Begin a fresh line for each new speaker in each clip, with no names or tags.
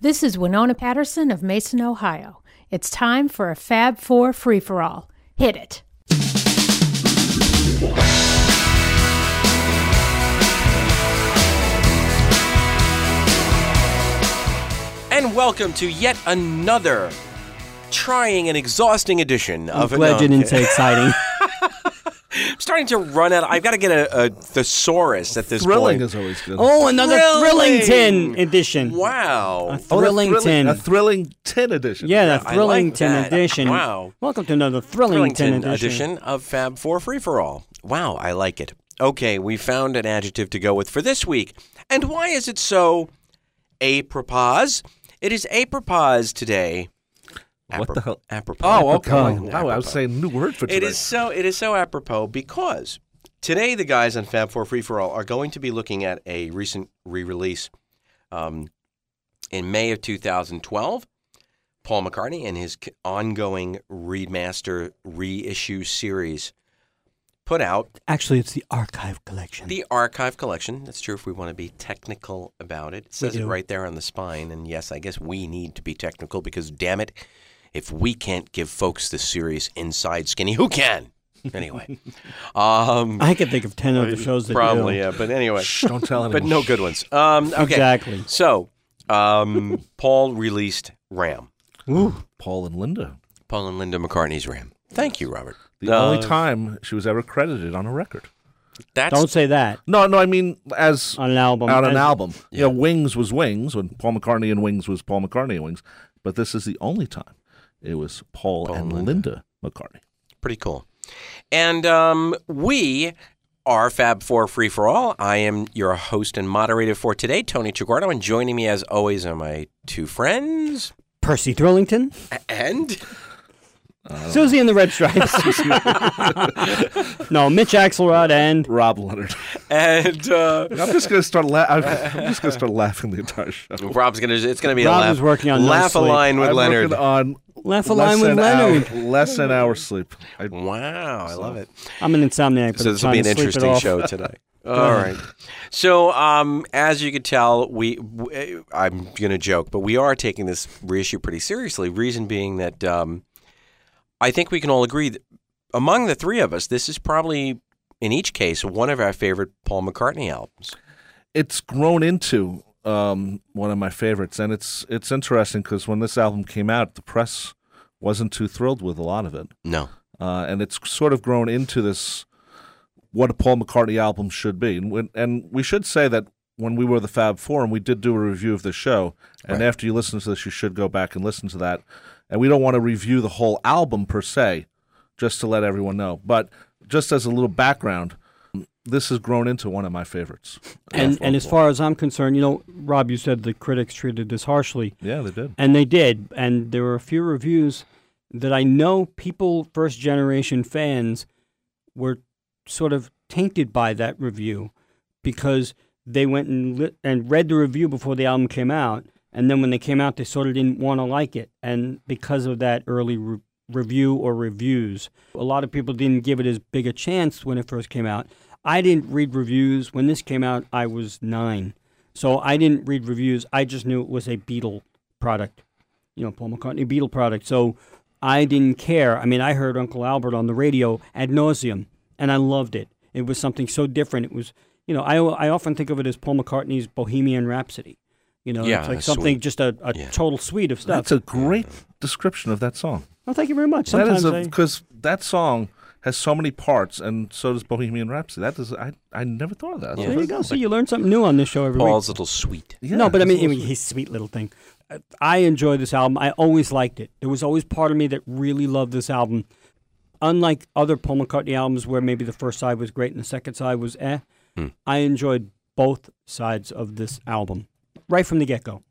This is Winona Patterson of Mason, Ohio. It's time for a Fab Four free for all. Hit it.
And welcome to yet another trying and exhausting edition of
I'm glad you
no, I'm
didn't
kidding.
say exciting.
I'm starting to run out. I've got to get a, a thesaurus at this
Thrilling
point.
is always good.
oh, another
Thrilling.
thrilling tin edition.
Wow.
Oh, the
Thrilling tin.
A thrilling tin edition.
Yeah, the
I
thrilling
like
tin
that.
edition.
Wow.
Welcome to another thrilling, tin
Burlington
edition.
edition of Fab Four Free for All. Wow, I like it. Okay, we found an adjective to go with for this week. And why is it so apropos? It is apropos today.
What the hell?
Apropos.
Oh, okay.
Apropos.
Wow, I was saying new word for today.
It is so it is so apropos because today the guys on Fab Four Free for All are going to be looking at a recent re-release um, in May of 2012. Paul McCartney and his c- ongoing remaster reissue series put out
Actually, it's the archive collection.
the archive collection. That's true if we want to be technical about it. It says it
do.
right there on the spine. And yes, I guess we need to be technical because damn it, if we can't give folks the serious inside skinny, who can? Anyway, um,
I can think of ten other shows that
probably
do.
yeah. But anyway,
Shh, don't tell anyone.
but no good ones. Um, okay,
Exactly.
So um, Paul released Ram.
Paul and Linda.
Paul and Linda McCartney's Ram. Thank you, Robert.
The
Uh,
only time she was ever credited on a record.
that's
Don't say that
No, no, I mean as
on an album.
on an
As-
album. You know, Wings was Wings when Paul McCartney and Wings was Paul McCartney and Wings. But this is the only time it was Paul, and Linda. McCartney.
pretty cool. And um, we are Fab Four Free for All. I am your host and moderator for today, Tony Chiguardo, and joining me as always are my two friends
Percy Thrillington,
and
Susie and the Red Stripes. no, Mitch Axelrod and
Rob Leonard.
and uh,
I'm just gonna start. La- I'm just gonna start laughing the entire show.
Rob's gonna. It's gonna be
Rob
a laugh.
is working on no
laugh a
sleep.
line with
I'm
Leonard.
working on
Laugh a
less
Line with
than hour-
Leonard.
less than hour sleep. I
Wow, I love it.
I'm an insomniac, but
so
I'm
this will be
trying
an
to sleep it
interesting
off.
show today. All right. So, um, as you can tell, we w- eh, I'm going to joke, but we are taking this reissue pretty seriously. Reason being that um, I think we can all agree that among the three of us, this is probably in each case one of our favorite Paul McCartney albums.
it's grown into um, one of my favorites, and it's it's interesting because when this album came out, the press wasn't too thrilled with a lot of it,
No.
uh, and it's sort of grown into this what a Paul McCartney album should be, and when, and we should say that when we were the Fab Four, and we did do a review of the show, and after you listen to this, you should go back and listen to that, and we don't want to review the whole album per se, just to let everyone know, but just as a little background. This has grown into one of my favorites.
And and as far as I'm concerned, you know, Rob, you said the critics treated this harshly.
Yeah, they did.
And they did. And there were a few reviews that I know people, first generation fans, were sort of tainted by that review because they went and, li- and read the review before the album came out. And then when they came out, they sort of didn't want to like it. And because of that early re- review or reviews, a lot of people didn't give it as big a chance when it first came out. I didn't read reviews. When this came out, I was nine. So I didn't read reviews. I just knew it was a Beatle product, you know, Paul McCartney Beatle product. So I didn't care. I mean, I heard Uncle Albert on the radio ad nauseum, and I loved it. It was something so different. It was, you know, I, I often think of it as Paul McCartney's Bohemian Rhapsody. You know,
Yeah,
it's like
that's
something
sweet.
just a, a
Yeah.
total suite of stuff.
That's a great description of that song.
well, thank you very much. Sometimes
that is
I-
because that song has so many parts, and so does Bohemian Rhapsody. That is, I I never thought of that.
Yeah.
there you go. So you learn something new on this show every week.
Paul's little sweet.
Yeah,
no, but I
it's
mean,
awesome.
his sweet little thing. I- I enjoy this album. I always liked it. There was always part of me that really loved this album. Unlike other Paul McCartney albums where maybe the first side was great and the second side was eh, I enjoyed both sides of this album right from the get go.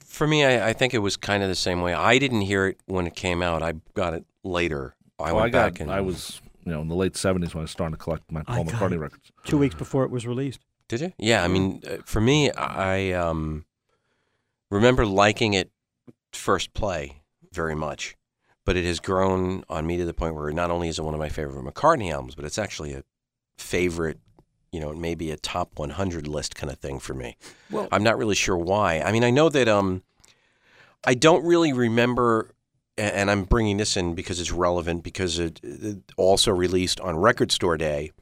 For me, I, I think it was kind of the same way. I didn't hear it when it came out. I got it later. I
Oh,
Well,
went
"Oh, I got,
back and
I was you know in the late seventies when I started to collect my Paul
got
McCartney
it.
records.
Two weeks before it was released.
Did you? Yeah, I mean, uh, for me, I um, remember liking it first play very much, but it has grown on me to the point where not only is it one of my favorite McCartney albums, but it's actually a favorite, you know, maybe a top 100 list kind of thing for me.
Well-
I'm not really sure why. I mean, I know that um, I don't really remember, a- and I'm bringing this in because it's relevant because it, it also released on Record Store Day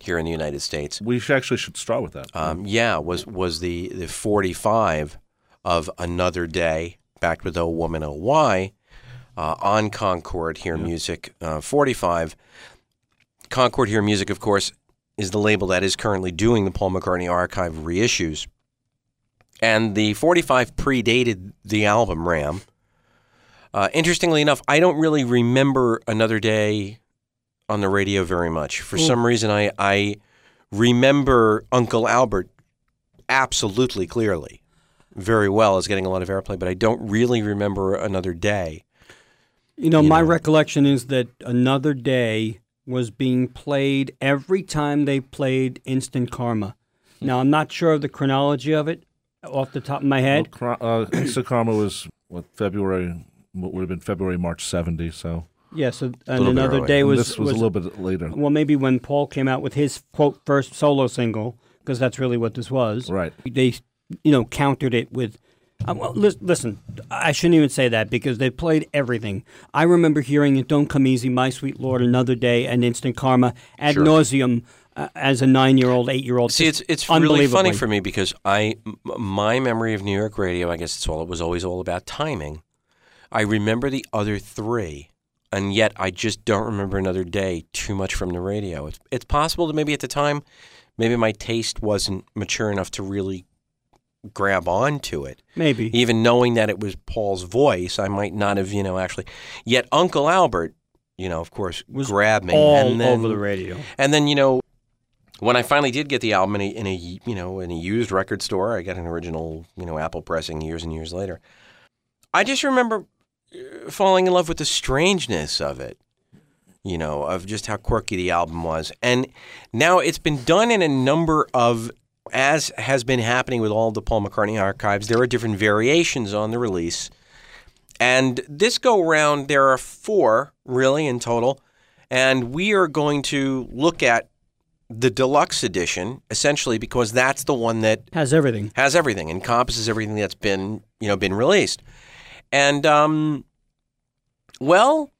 here in the United States.
We should actually should start with that.
Um, yeah, was was the the 45 of Another Day, backed with Oh Woman Oh Why, uh, on Concord Here Music uh, 45. Concord Here Music, of course, is the label that is currently doing the Paul McCartney archive reissues, and the 45 predated the album Ram. Uh, interestingly enough, I don't really remember Another Day on the radio very much. For some reason, I, I remember Uncle Albert absolutely clearly, very well as getting a lot of airplay, but I don't really remember another day.
You know, my
know.
recollection is that Another Day was being played every time they played Instant Karma. Now, I'm not sure of the chronology of it off the top of my
Well,
head.
Kra- uh, Instant Karma was what February what would have been February March seventy. So
Yeah, so and
little bit
Another
early.
Day was,
this was, a little bit later,
well, maybe when Paul came out with his quote first solo single, because that's really what this was.
right?
They, you know, countered it with. Uh, well, lis- listen, I shouldn't even say that because they played everything. I remember hearing it, "Don't Come Easy," "My Sweet Lord," "Another Day," and "Instant Karma" ad
Sure.
nauseum uh, as a nine-year-old, eight-year-old.
See, it's
Just
it's really funny
unbelievably.
for me because I m- my memory of New York radio, I guess it's all it was always all about timing. I remember the other three, and yet I just don't remember another day too much from the radio. It's it's possible that maybe at the time, maybe my taste wasn't mature enough to really grab onto it.
Maybe
even knowing that it was Paul's voice, I might not have, you know, actually. Yet Uncle Albert, you know, of course,
Was
grabbed me,
all
and then,
over the radio.
and then you know, when I finally did get the album in a, in a you know in a used record store, I got an original you know Apple pressing years and years later. I just remember uh, falling in love with the strangeness of it, you know, of just how quirky the album was. And now it's been done in a number of, as has been happening with all the Paul McCartney archives, there are different variations on the release. And this go round, there are four really in total. And we are going to look at the deluxe edition essentially because that's the one that
Has everything.
has everything, encompasses everything that's been you know been released, and um, well,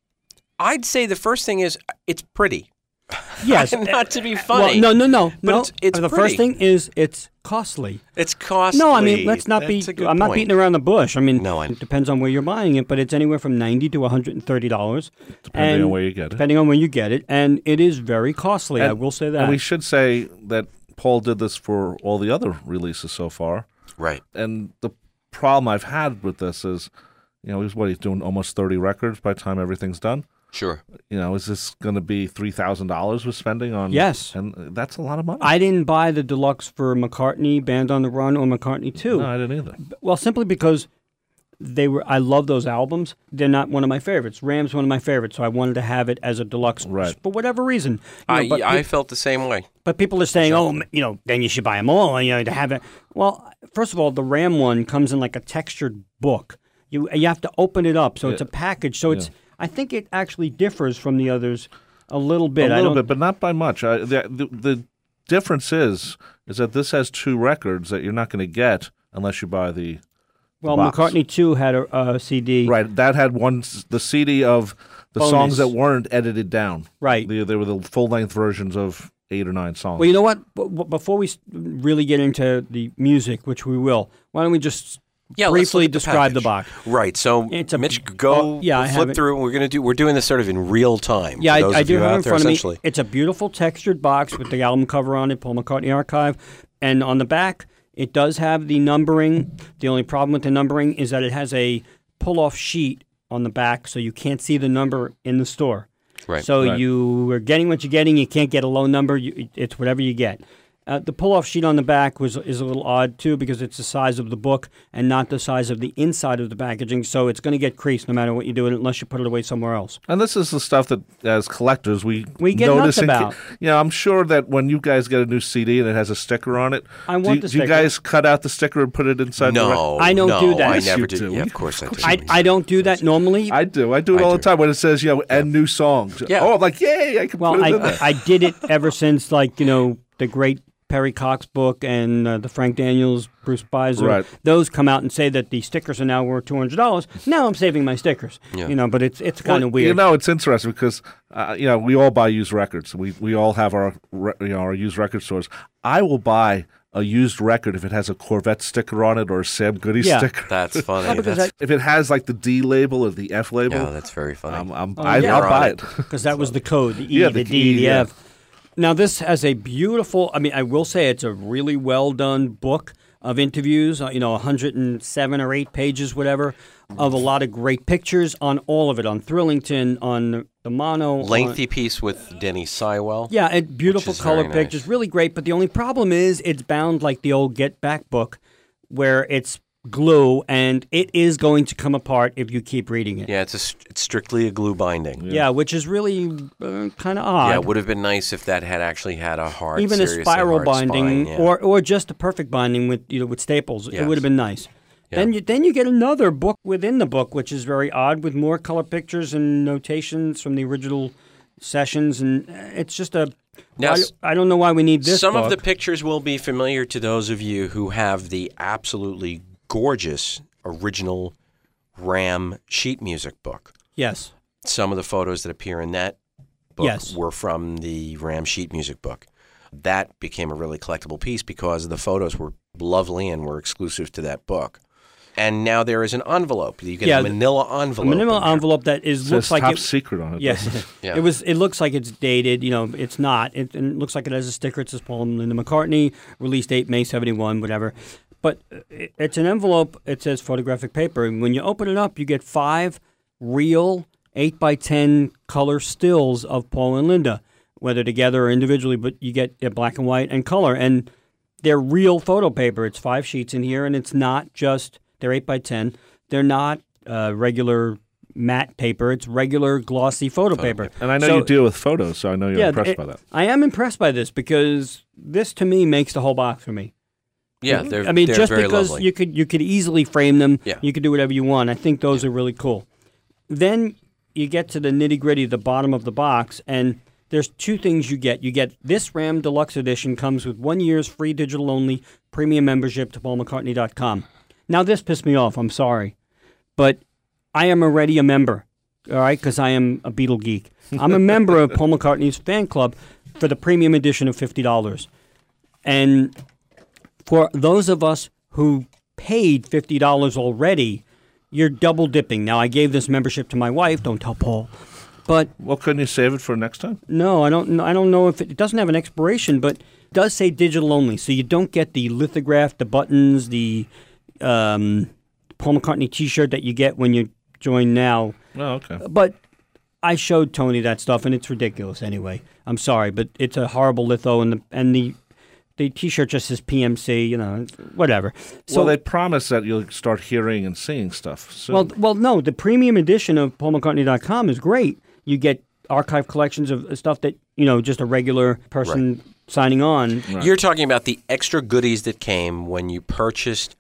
I'd say the first thing is it's pretty,
Yes.
not to be
well,
funny.
no, no, no, no.
it's- it's
the
pretty.
first thing is it's costly.
it's costly.
No, I mean let's not
That's a
be.
good
I'm not
point.
beating around the bush. I mean,
No, I-
it depends on where you're buying it, but it's anywhere from ninety to one hundred and thirty dollars,
Depending on where you get it.
depending on when you get it, and it is very costly. I
And-
will say that.
And we should say that Paul did this for all the other releases so far.
right.
And the problem I've had with this is, you know, he's what he's doing almost thirty records by the time everything's done.
Sure.
You know, is this going to be three thousand dollars we're spending on?
Yes.
and that's a lot of money.
I didn't buy the deluxe for McCartney, Band on the Run, or McCartney Two.
no, I didn't either.
Well, simply because they were. I love those albums. They're not one of my favorites. Ram's one of my favorites, so I wanted to have it as a deluxe
Right.
for whatever reason. You know,
I
but
I felt the same way.
But people are saying, oh, you know, then you should buy them all. You know, to have it. Well, first of all, the RAM one comes in like a textured book. You you have to open it up, so it's a package. So it's. I think it actually differs from the others a little bit.
a
I
little
don't-
bit, but not by much. I, the, the the difference is is that this has two records that you're not going to get unless you buy the
Well,
box.
McCartney too had a, a CD.
right. That had one s- the CD of the
Bonus.
songs that weren't edited down.
Right.
They, they were the full length versions of eight or nine songs.
Well, you know what? B- b- before we s- really get into the music, which we will, why don't we just
Yeah, let's
briefly
look at the
describe the
package.
box?
Right. So
It's a-
Mitch, go
oh, yeah, I have
flip
it.
through. We're gonna do. We're doing this sort of in real time.
Yeah,
for
I,
those
I
of
do
you out
have it in
there,
front of me.
essentially.
It's a beautiful textured box with the album cover on it, Paul McCartney Archive, and on the back it does have the numbering. The only problem with the numbering is that it has a pull-off sheet on the back, so you can't see the number in the store.
Right.
So
Right.
you are getting what you're getting. You can't get a low number. You, it's whatever you get. Uh, the pull-off sheet on the back was is a little odd too because it's the size of the book and not the size of the inside of the packaging. So it's going to get creased no matter what you do, unless you put it away somewhere else.
and this is the stuff that as collectors we
We get nuts
notice and
about.
ke- you know, I'm sure that when you guys get a new CD and it has a sticker on it,
I
do
want
you-
the
do you
sticker.
guys cut out the sticker and put it inside? the rec-
no,
uh, I don't
no,
do that.
I
Yes,
never
you
do.
do.
Yeah, of course I do.
I, I don't do that normally.
I do. I do it
I
all
do.
the time when it says, you know, and new songs.
Yeah.
Oh, I'm like, yay, I can
well,
put it in
I,
there.
I did it ever since like you know the great Perry Cox book and uh, the Frank Daniels, Bruce Beiser,
Right.
those come out and say that the stickers are now worth two hundred dollars. Now I'm saving my stickers,
Yeah.
you know. But it's it's kind of
Well,
weird.
You know, it's interesting because uh, you know we all buy used records. We we all have our re- you know our used record stores. I will buy a used record if it has a Corvette sticker on it or a Sam Goody
Yeah.
sticker.
That's funny.
because
that's,
If it has like the D label or the F label,
yeah, that's very funny.
um, I'm, I,
yeah.
I'll
Right.
buy it.
because that was the code, the E,
Yeah,
the,
the
D,
key,
the
yeah.
F. Now this has a beautiful. I mean, I will say it's a really well done book of interviews. uh, You know, 107 or eight pages, whatever, of a lot of great pictures on all of it, on Thrillington, on the mono, on-
Lengthy piece with Denny Sywell.
yeah, and beautiful
is
color
very nice.
pictures, really great. But the only problem is it's bound like the old Get Back book, where it's glue, and it is going to come apart if you keep reading it.
Yeah, it's, a, st- it's strictly a glue binding. Yeah,
Yeah, which is really uh, kind of odd.
it would have been nice if that had actually had a hard,
even a
seriously
spiral
hard spine,
binding
yeah.
or or just a perfect binding with you know with staples it
Yes.
would have been nice then you then you get another book within the book which is very odd with more color pictures and notations from the original sessions and uh, it's just a
Now,
I-
s-
I, don't know why we need this
Some of the
book.
pictures will be familiar to those of you who have the absolutely gorgeous original Ram sheet music book.
yes
Some of the photos that appear in that book
Yes.
were from the Ram sheet music book. That became a really collectible piece because the photos were lovely and were exclusive to that book. And now there is an envelope. You get
Yeah,
a manila
a
envelope. in
minimal
there.
envelope that is
It
looks
says
like
top
it,
secret on it.
Yes.
Yeah.
It was. It looks like it's dated. You know, it's not. It, and it looks like it has a sticker. It says Paul and Linda McCartney, release date May seventy one, whatever. But uh, it, it's an envelope. It says photographic paper. And when you open it up, you get five real eight by ten color stills of Paul and Linda, whether together or individually. But you get uh, black and white and color, and they're real photo paper. It's five sheets in here, and it's not just they're eight by ten. They're not uh, regular matte paper. It's regular glossy photo, paper.
And I know
So-
you deal with photos, so I know you're
yeah,
impressed
it-
by that.
I am impressed by this because this to me makes the whole box for me.
yeah, they're,
Mm-hmm. I mean,
they're
just
very
because
lovely.
you could you could easily frame them,
Yeah.
you could do whatever you want. I think those are really cool. Then you get to the nitty gritty, the bottom of the box, and there's two things you get. You get this Ram Deluxe Edition comes with one year's free digital only premium membership to PaulMcCartney.com. Now this pissed me off. I'm sorry, but I am already a member. All right, because I am a Beatle geek. I'm a member of Paul McCartney's fan club for the premium edition of fifty dollars, and for those of us who paid fifty dollars already, you're double dipping. Now I gave this membership to my wife. Don't tell Paul, but
Well, couldn't you save it for next time?
no, I don't. kn- I don't know if it, it doesn't have an expiration, but it does say digital only, so you don't get the lithograph, the buttons, the um, Paul McCartney T-shirt that you get when you join now.
Oh, okay.
But I showed Tony that stuff, and it's ridiculous. Anyway, I'm sorry, but it's a horrible litho, and the and the the T-shirt just says PMC. You know, whatever. So
well, they promise that you'll start hearing and seeing stuff soon.
well, well, no, the premium edition of PaulMcCartney.com is great. You get archive collections of stuff that you know just a regular person signing on.
You're talking about the extra goodies that came when you purchased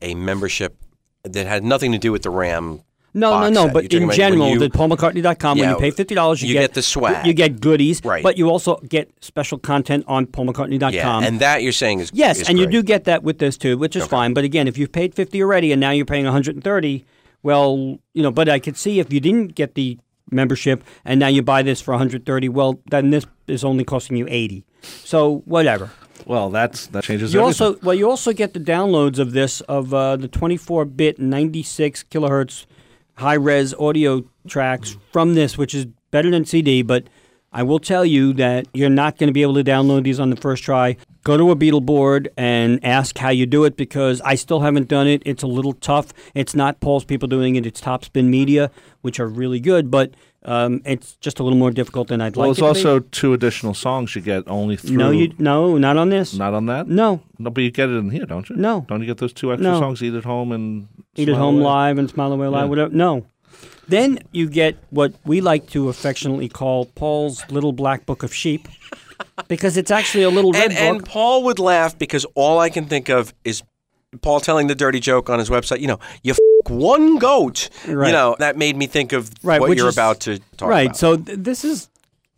a membership that had nothing to do with the RAM.
No,
box
no, no.
set. You're
But
talking
in
about
general,
when you-
the PaulMcCartney.com,
Yeah,
when you pay fifty dollars, you,
you get the swag.
You get goodies,
Right.
But you also get special content on PaulMcCartney.com.
yeah, and that you're saying is
Yes,
is
and you
great.
do get that with this too, which is fine. But again, if you've paid fifty already and now you're paying one hundred and thirty, well, you know. But I could see if you didn't get the membership and now you buy this for one hundred thirty, well, then this is only costing you eighty. So whatever.
Well, that's that changes
You
everything.
also well, you also get the downloads of this of uh, the twenty four bit ninety six kilohertz high res audio tracks from this, which is better than CD, but. I will tell you that you're not going to be able to download these on the first try. Go to a Beatle board and ask how you do it because I still haven't done it. It's a little tough. It's not Paul's people doing it. It's Topspin Media, which are really good, but um, it's just a little more difficult than I'd
well,
like.
it's
it to be.
also two additional songs you get only through.
no, you no, not on this.
not on that.
no,
No, but you get it in here, don't you?
No.
Don't you get those two extra
No.
songs, Eat at Home and
Eat at
Smile
Home
Away?
Live and Smile Away Live,
Yeah.
whatever. No. Then you get what we like to affectionately call Paul's Little Black Book of Sheep, because it's actually a little red
And, and
book.
Paul would laugh because all I can think of is Paul telling the dirty joke on his website. You know, you f- one goat.
Right.
You know, that made me think of
Right,
what
which
you're
is-
about to talk
right.
about.
So th- this is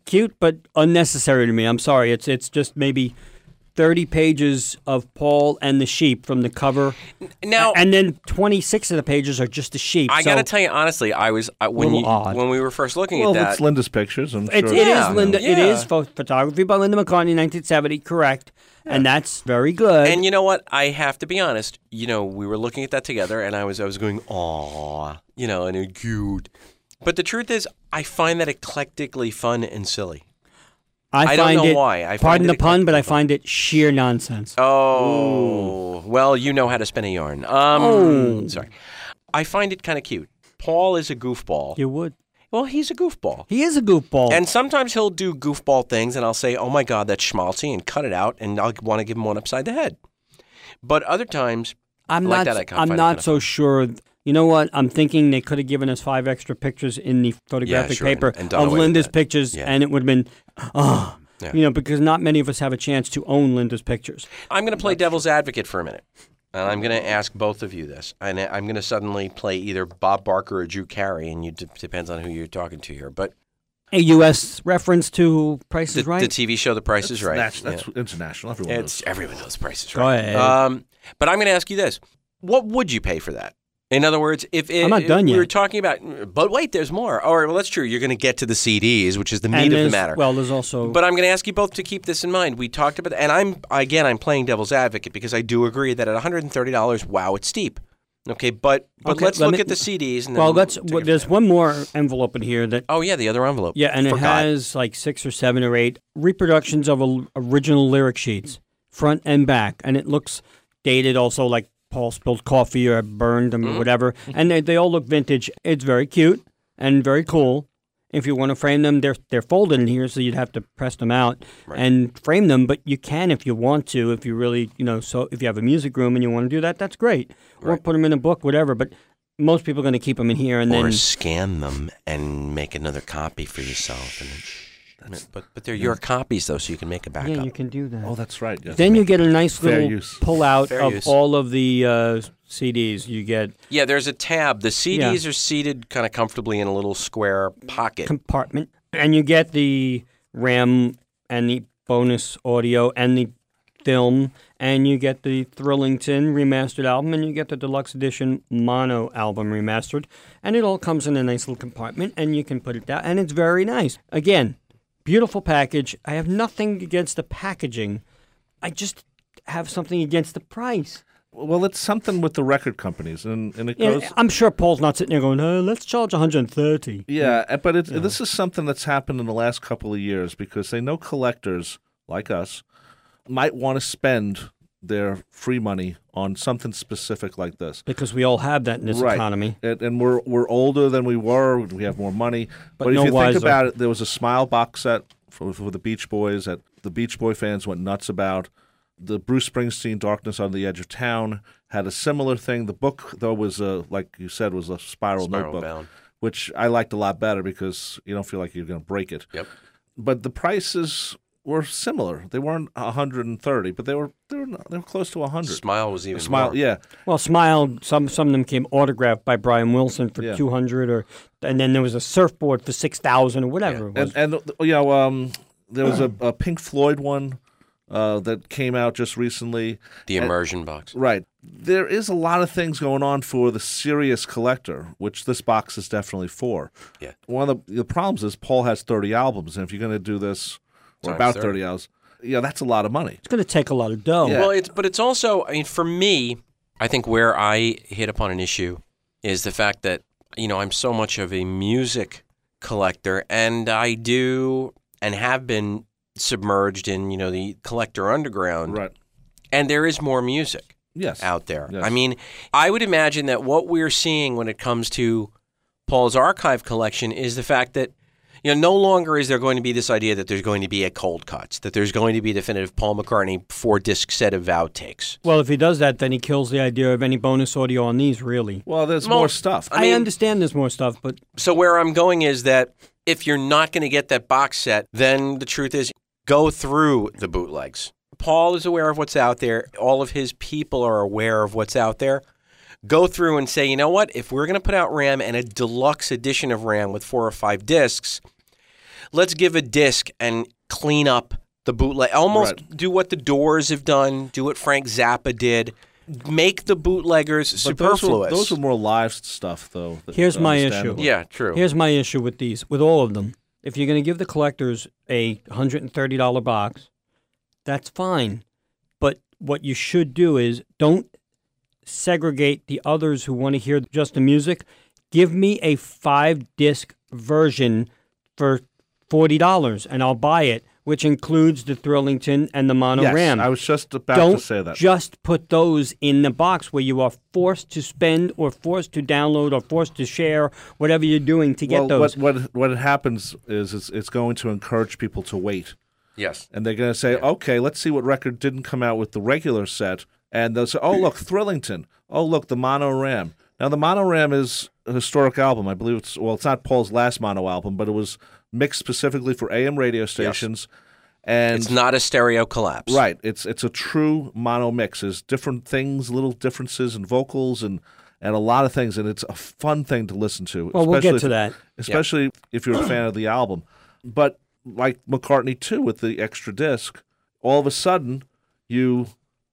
cute but unnecessary to me. I'm sorry. It's it's just maybe 30 pages of Paul and the sheep from the cover.
Now,
and then 26 of the pages are just the sheep.
I
so
got to tell you honestly, I was I, when
Little
you,
odd.
when we were first looking
Well, if
at
it's
that.
Linda's pictures, I'm
It's,
sure.
it
Yeah.
is Linda. It
Yeah.
is pho- photography by Linda McCartney, 1970, correct. And that's very good.
and you know what? I have to be honest. You know, we were looking at that together, and I was I was going, "Aw," you know, and it cute. But the truth is, I find that eclectically fun and silly. I
I
don't
find
know
it,
why. I find
pardon
it
the pun, but I
eclectic.
find it sheer nonsense.
Oh, well, you know how to spin a yarn. Um,
Oh.
sorry. I find it kind of cute. Paul is a goofball.
you Oh. would.
Well, he's a goofball.
He is a goofball.
Oh. And sometimes he'll do goofball things, and I'll say, "Oh my God, that's schmaltzy," and cut it out, and I'll want to give him one upside the head. But other times,
I'm
I like
not.
that icon,
I'm
find it
not
kinda
so sure. You know what? I'm thinking they could have given us five extra pictures in the photographic
sure,
paper
and- and done
of
away with
Linda's
that.
pictures,
Yeah.
and it would have been, oh,
Yeah.
you know, because not many of us have a chance to own Linda's pictures.
I'm going to play devil's advocate for a minute, and I'm going to ask both of you this, and I- I'm going to suddenly play either Bob Barker or Drew Carey, and you d- depends on who you're talking to here. But
A U.S. reference to Price
the,
is Right.
the TV show The Price is Right.
That's,
yeah.
that's international. Everyone
It's
knows.
everyone knows prices,
Go
right?
ahead.
Um, but I'm going to ask you this: What would you pay for that? In other words, if it,
I'm not
if
done
we
yet.
were talking about, but wait, there's more. All right, well that's true. You're going to get to the CDs, which is the
And
meat of the
there's-
matter.
Well, there's also.
but I'm going to ask you both to keep this in mind. We talked about, and I'm again, I'm playing devil's advocate because I do agree that at $130, wow, it's steep. Okay, but but
Okay,
let's
let
look
me-
at the CDs. And
well,
then
that's
take it
well,
from
there's
there.
one more envelope in here that.
Oh yeah, the other envelope.
Yeah, and it
Forgot.
has like six or seven or eight reproductions of o- original lyric sheets, front and back, and it looks dated. Also, like Paul spilled coffee or burned them
Mm-hmm.
or whatever, and they, they all look vintage. It's very cute and very cool. If you want to frame them, they're they're folded in here, so you'd have to press them out and frame them. But you can if you want to, if you really you know. So if you have a music room and you want to do that, that's great. Or
Right.
put them in a book, whatever. But most people are going to keep them in here, and
or
then
scan them and make another copy for yourself. And then, but but they're your copies though, so you can make a backup.
yeah, you can do that.
oh, that's right. Yes.
Then you get a nice
Fair
little
use.
pull out
Fair
of
use.
all of the uh, CDs. You get
Yeah, there's a tab. The CDs are seated kind of comfortably in a little square pocket.
compartment, and you get the RAM and the bonus audio and the film, and you get the Thrillington remastered album, and you get the deluxe edition mono album remastered, and it all comes in a nice little compartment, and you can put it down, and it's very nice. Again, beautiful package. I have nothing against the packaging. I just have something against the price.
well, it's something with the record companies, and, and it
Yeah,
goes.
I'm sure Paul's not sitting there going, oh, let's charge 130.
Yeah, uh, but it, this is something that's happened in the last couple of years because they know collectors like us might want to spend their free money on something specific like this.
Because we all have that in this
right.
economy.
And, and we're we're older than we were. We have more money. But,
no
if you
wiser.
think about it, there was a Smile box set for, for the Beach Boys that the Beach Boy fans went nuts about. The Bruce Springsteen "Darkness on the Edge of Town" had a similar thing. The book, though, was a, like you said, was a spiral,
Spiral
notebook,
bound.
which I liked a lot better because you don't feel like you're going to break it.
Yep.
But the prices were similar. They weren't 130, but they were they were they were close to 100.
Smile was even
Smile,
more.
yeah.
Well, Smile, some, some of them came autographed by Brian Wilson for
Yeah.
200 or, and then there was a surfboard for 6000 or whatever it was.
and and uh, you know um, there was a, a Pink Floyd one uh, that came out just recently.
The immersion box.
Right, there is a lot of things going on for the serious collector, which this box is definitely for.
Yeah.
One of the, the problems is Paul has thirty albums, and if you're going to do this or
Times
about
30.
thirty, albums, yeah, that's a lot of money.
it's going to take a lot of dough.
Yeah.
Well, it's but it's also. I mean, for me, I think where I hit upon an issue is the fact that you know I'm so much of a music collector, and I do and have been submerged in you know the collector underground,
Right.
and there is more music.
Yes.
out there.
Yes.
I mean, I would imagine that what we're seeing when it comes to Paul's archive collection is the fact that you know no longer is there going to be this idea that there's going to be a cold cuts, that there's going to be a definitive Paul McCartney four disc set of outtakes.
Well, if he does that, then he kills the idea of any bonus audio on these, really.
Well, there's
Well,
more stuff.
I
I,
mean-
understand there's more stuff, but
So where I'm going is that if you're not going to get that box set, then the truth is go through the bootlegs. Paul is aware of what's out there. All of his people are aware of what's out there. Go through and say, you know what? If we're going to put out RAM and a deluxe edition of RAM with four or five discs, let's give a disc and clean up the bootleg. Almost
Right.
do what the Doors have done, do what Frank Zappa did. Make the bootleggers
But those were-
superfluous.
Those are more live stuff, though. that- uh,
Here's my issue.
understandable.
yeah, true.
Here's my issue with these, with all of them. If you're going to give the collectors a $130 box, that's fine. But what you should do is don't segregate the others who want to hear just the music. Give me a five disc version for $40 and I'll buy it, which includes the Thrillington and the Mono
Yes,
Ram.
I was just about
Don't
to say that.
just put those in the box where you are forced to spend or forced to download or forced to share whatever you're doing to get
well,
those.
What, what what happens is it's, it's going to encourage people to wait,
yes.
and they're going to say, "Okay, let's see what record didn't come out with the regular set," and they'll say, "Oh, look, Thrillington. Oh, look, the Mono Ram." Now, the Mono Ram is a historic album. I believe it's well, it's not Paul's last Mono album, but it was mixed specifically for AM radio stations, and
It's not a stereo collapse.
Right. It's it's a true mono mix. There's different things, little differences in vocals and and a lot of things, and it's a fun thing to listen to.
Well, we'll get
especially
to that.
Especially if you're a fan of the album. But like McCartney too, with the extra disc, all of a sudden you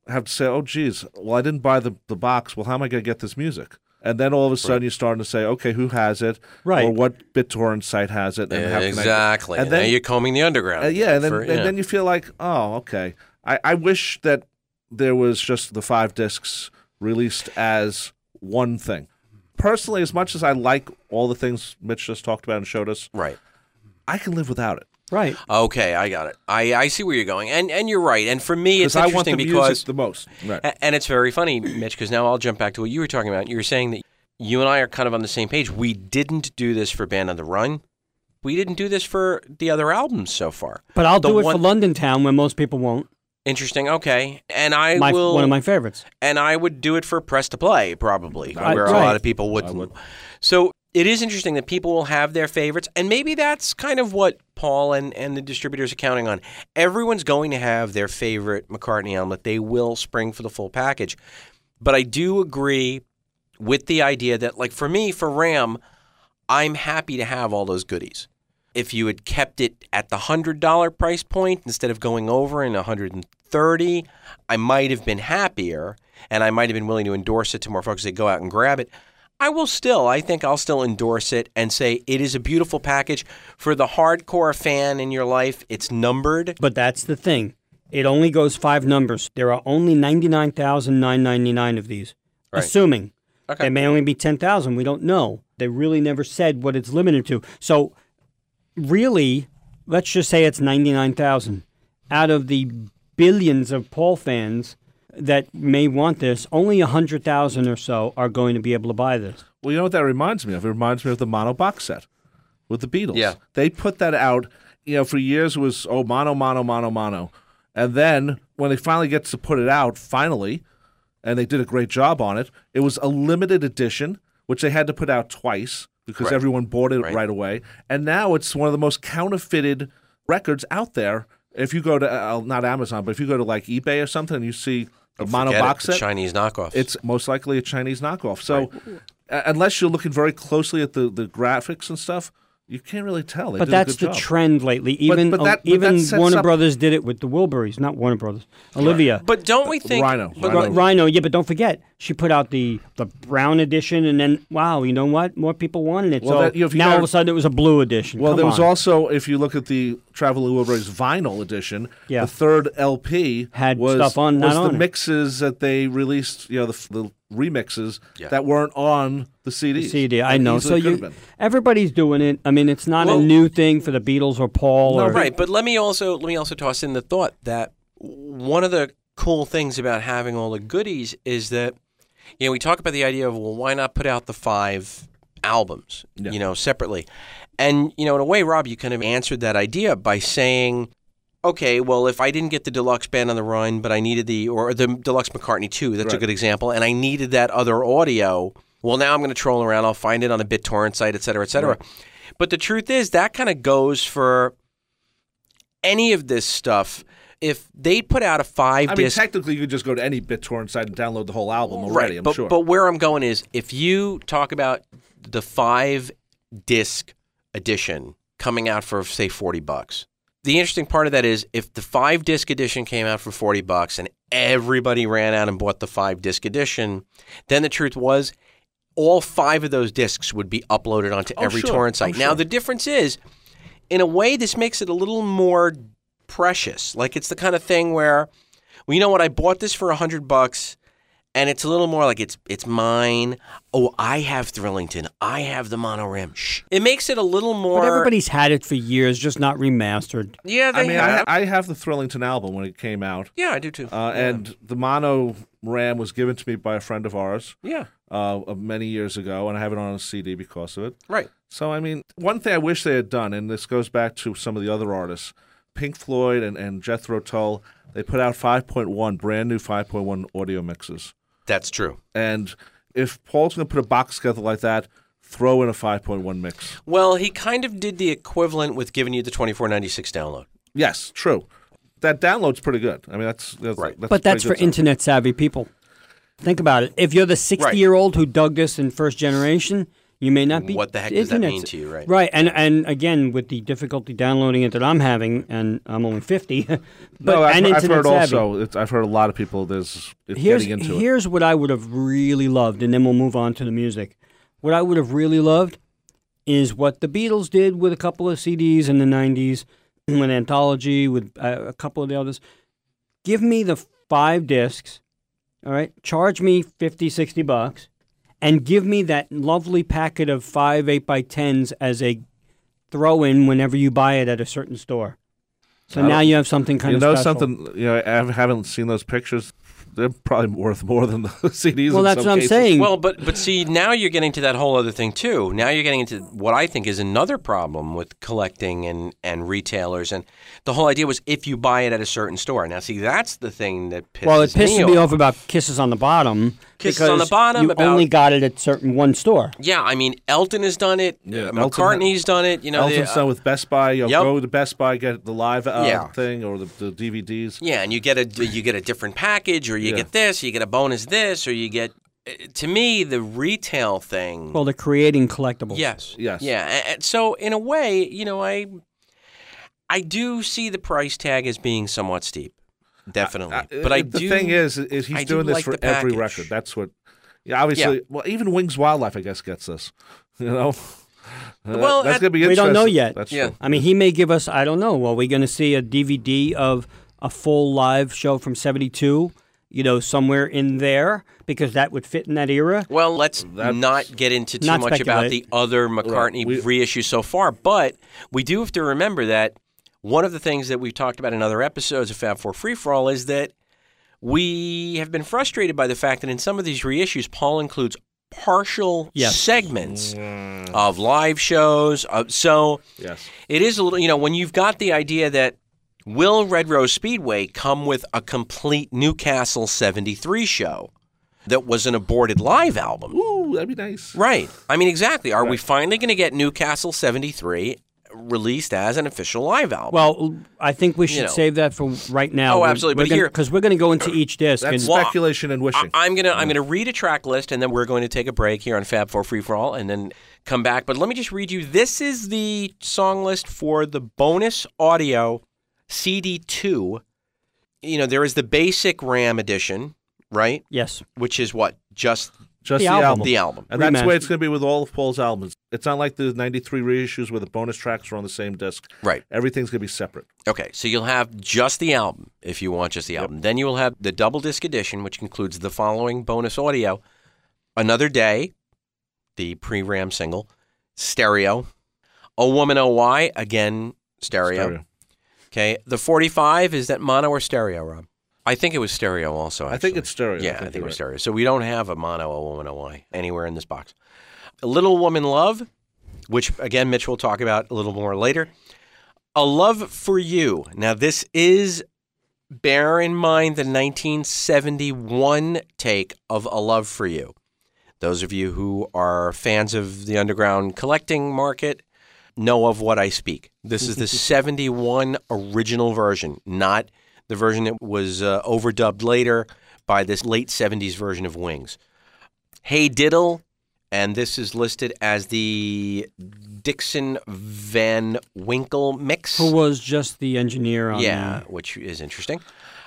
have to say, "Oh, geez, well, I didn't buy the the box. Well, how am I going to get this music?" And then all of a sudden you're starting to say, "Okay, who has it?
Right.
Or what BitTorrent site has it?" And how can I-
Exactly.
And then
now you're combing the underground.
uh, yeah, and then,
for-
and then you feel like, oh, okay. I, I wish that there was just the five discs released as one thing. Personally, as much as I like all the things Mitch just talked about and showed us,
Right.
I can live without it
Right.
Okay, I got it. I, I see where you're going, and and you're right. And for me, it's
I want the
interesting because
music the most. Right.
A- And it's very funny, Mitch, because now I'll jump back to what you were talking about. You were saying that you and I are kind of on the same page. We didn't do this for Band on the Run. We didn't do this for the other albums so far.
But I'll
The
do it for
one-
London Town when most people won't.
Interesting. Okay, and I
My,
will.
one of my favorites.
and I would do it for Press to Play probably,
I-
where a
right.
lot of people wouldn't. So it is interesting that people will have their favorites, and maybe that's kind of what Paul and, and the distributors are counting on. Everyone's going to have their favorite McCartney album that they will spring for the full package. But I do agree with the idea that, like for me, for Ram, I'm happy to have all those goodies. If you had kept it at the hundred dollar price point instead of going over in 130, I might have been happier, and I might have been willing to endorse it to more folks that go out and grab it. I will still, I think I'll still endorse it and say it is a beautiful package for the hardcore fan in your life. It's numbered.
But that's the thing. It only goes five numbers. There are only 99,999 of these.
Right.
Assuming.
Okay.
There may only be 10,000. We don't know. They really never said what it's limited to. So, really, let's just say it's 99,000. Out of the billions of Paul fans that may want this, only 100,000 or so are going to be able to buy this.
Well, you know what that reminds me of? It reminds me of the mono box set with the Beatles.
Yeah.
They put that out, you know, for years it was, oh, mono, mono, mono, mono. And then when they finally gets to put it out, finally, and they did a great job on it, it was a limited edition, which they had to put out twice because
Right.
everyone bought it
Right.
right. away. And now it's one of the most counterfeited records out there. If you go to, uh, not Amazon, but if you go to like eBay or something and you see the mono
Oh, Forget it,
box
the
set,
Chinese knockoff.
it's most likely a Chinese knockoff. So, uh, unless you're looking very closely at the, the graphics and stuff, you can't really tell. They
But
did a
that's
good
the
job.
trend lately. Even
but that- but
even
that sets
Warner
up-
Brothers did it with the Wilburys, not Warner Brothers. Olivia
but don't we think
Rhino,
But,
Ri- Rhino, yeah, but don't forget she put out the the brown edition, and then wow, you know what? More people wanted it.
Well,
so
that- you know, if you
now all of
gotta-
a sudden it was a blue edition.
Well,
Come
there was
on.
also, if you look at the Traveling Wilburys vinyl edition,
Yeah.
the third LP
Had
was,
stuff on, not
was
on
the
it.
mixes that they released, you know, the, f- the remixes
Yeah.
that weren't on the CDs.
CD. I
That
know. So
easily could have
you,
been.
everybody's doing it. I mean, it's not
Well-
a new thing for the Beatles or Paul.
No,
or,
Right, but let me also let me also toss in the thought that one of the cool things about having all the goodies is that you know we talk about the idea of well why not put out the five albums you know separately and you know in a way Rob you kind of answered that idea by saying okay well if I didn't get the deluxe band on the run but I needed the or the deluxe McCartney 2 that's a
Right.
good example and I needed that other audio well now I'm going to troll around I'll find it on a BitTorrent site et cetera et cetera but the truth is that kind of goes for any of this stuff, if they put out a five
I mean,
disc,
technically, you could just go to any BitTorrent site and download the whole album already,
right?
I'm
but
sure.
but where I'm going is, if you talk about the five disc edition coming out for say forty bucks, the interesting part of that is if the five disc edition came out for 40 bucks and everybody ran out and bought the five disc edition, then the truth was all five of those discs would be uploaded onto
Oh,
every
sure.
torrent
Oh,
site. Now,
sure.
the difference is, in a way, this makes it a little more precious. Like it's the kind of thing where, well, you know what, I bought this for 100 bucks. And it's a little more like it's it's mine. Oh, I have Thrillington. I have the mono rim. Shh. It makes it a little more.
But everybody's had it for years, just not remastered.
Yeah, they
I mean,
have.
I, I have the Thrillington album when it came out,
yeah, I do too.
uh, and the mono RAM was given to me by a friend of ours
yeah,
uh, of many years ago, and I have it on a CD because of it.
right.
So I mean, one thing I wish they had done, and this goes back to some of the other artists, Pink Floyd and, and Jethro Tull. They put out 5.1 brand new 5.1 audio mixes,
That's true.
and if Paul's going to put a box together like that, throw in a 5.1 mix.
Well, he kind of did the equivalent with giving you the 2496 download.
Yes, true. That download's pretty good. I mean, that's, that's
Right.
That's
but that's for
pretty good stuff.
internet savvy people. Think about it. If you're the 60 year old who dug this in first generation, you may not be.
What the heck does that
internet-
mean to you, right?
Right, and and again with the difficulty downloading it that I'm having, and I'm only 50. but
No, I've,
and
I've
internet
heard
savvy.
also. It's, I've heard a lot of people. There's it's
here's,
getting into it.
here's what I would have really loved, and then we'll move on to the music. What I would have really loved is what the Beatles did with a couple of CDs in the 90s, with Anthology, with uh, a couple of the others. Give me the five discs, all right? Charge me 50, 60 bucks, and give me that lovely packet of five 8 by 10s as a throw in whenever you buy it at a certain store. So
I
now you have something kind
you
of
know
special.
something? You know, I haven't seen those pictures. They're probably worth more than the CDs.
Well,
in
that's
some
what I'm
cases.
saying.
Well, but but see, now you're getting to that whole other thing too. Now you're getting into what I think is another problem with collecting and and retailers. And the whole idea was if you buy it at a certain store. Now, see, that's the thing that pisses
Well, it pisses me
off.
off about Kisses on the Bottom.
Kisses on the
because
Bottom,
You
about-
only got it at certain one store.
Yeah, I mean, Elton has done it.
Yeah, Elton-
McCartney's done it. You know, they- uh,
Elton Stone with Best Buy. You know,
Yep.
Go to Best Buy, get the live uh,
Yeah.
thing or the, the DVDs.
Yeah, and you get a you get a different package, or you
Yeah.
get this, you get a bonus this, or you get. uh, To me, the retail thing.
Well, they're creating collectibles.
yes,
Yes.
yeah. a- a- So in a way, you know, I I do see the price tag as being somewhat steep, definitely. but I
Uh, the
do.
thing is, is he's
I do
doing this
like
for
the
every
package.
record. That's what. Yeah, obviously. Well, even Wings Wildlife, I guess, gets this. You know.
Well,
that's
at-
gonna be
We don't know
interesting.
yet.
That's
Yeah.
true.
I mean, he may give us, I don't know, are we going to see a DVD of a full live show from 72? You know, somewhere in there, because that would fit in that era.
well, let's
That's-
not get into too
Not
much about
speculate.
the other McCartney
we-
reissues so far, but we do have to remember that one of the things that we've talked about in other episodes of Fab Four Free for All is that we have been frustrated by the fact that in some of these reissues, Paul includes partial
Yes.
segments
Mm.
of live shows. Uh, so
Yes.
it is a little, you know, when you've got the idea that will Red Rose Speedway come with a complete Newcastle 73 show that was an aborted live album?
Ooh, that'd be nice.
Right. I mean, exactly. Are we finally going to get Newcastle 73 released as an official live album?
Well, I think we should
know.
save that for right now.
Oh, absolutely, but here-
Because we're going to go into each disc.
That's
and,
Well,
speculation and wishing.
I, am gonna I'm gonna read a track list, and then we're going to take a break here on Fab Four Free for All, and then come back. But let me just read you. This is the song list for the bonus audio CD two. You know, there is the basic RAM edition, right?
yes.
Which is what just
Just
The
the,
album.
album.
the album.
And that's the way
Remastered.
it's going to be with all of Paul's albums. It's not like the 93 reissues where the bonus tracks are on the same disc.
Right.
Everything's going to be separate.
Okay, so you'll have just the album if you want just the album. Then you will have the double disc edition, which includes the following bonus audio Another Day, the pre RAM single, stereo, A Woman OY, again, stereo.
Stereo.
Okay, the 45 is that mono or stereo, Rob? I think it was stereo also.
I think
actually.
it's stereo.
Yeah, I think,
you're
it was
right.
stereo. So we don't have a mono, a woman, a Y anywhere in this box. A Little Woman Love, which again, Mitch will talk about a little more later. A Love for You. Now, this is, bear in mind, the 1971 take of A Love for You. Those of you who are fans of the underground collecting market know of what I speak. This is the 71 original version, not the version that was uh, overdubbed later by this late 70s version of Wings. Hey Diddle and this is listed as the Dixon Van Winkle mix.
Who was just the engineer on
yeah,
the-
which is interesting.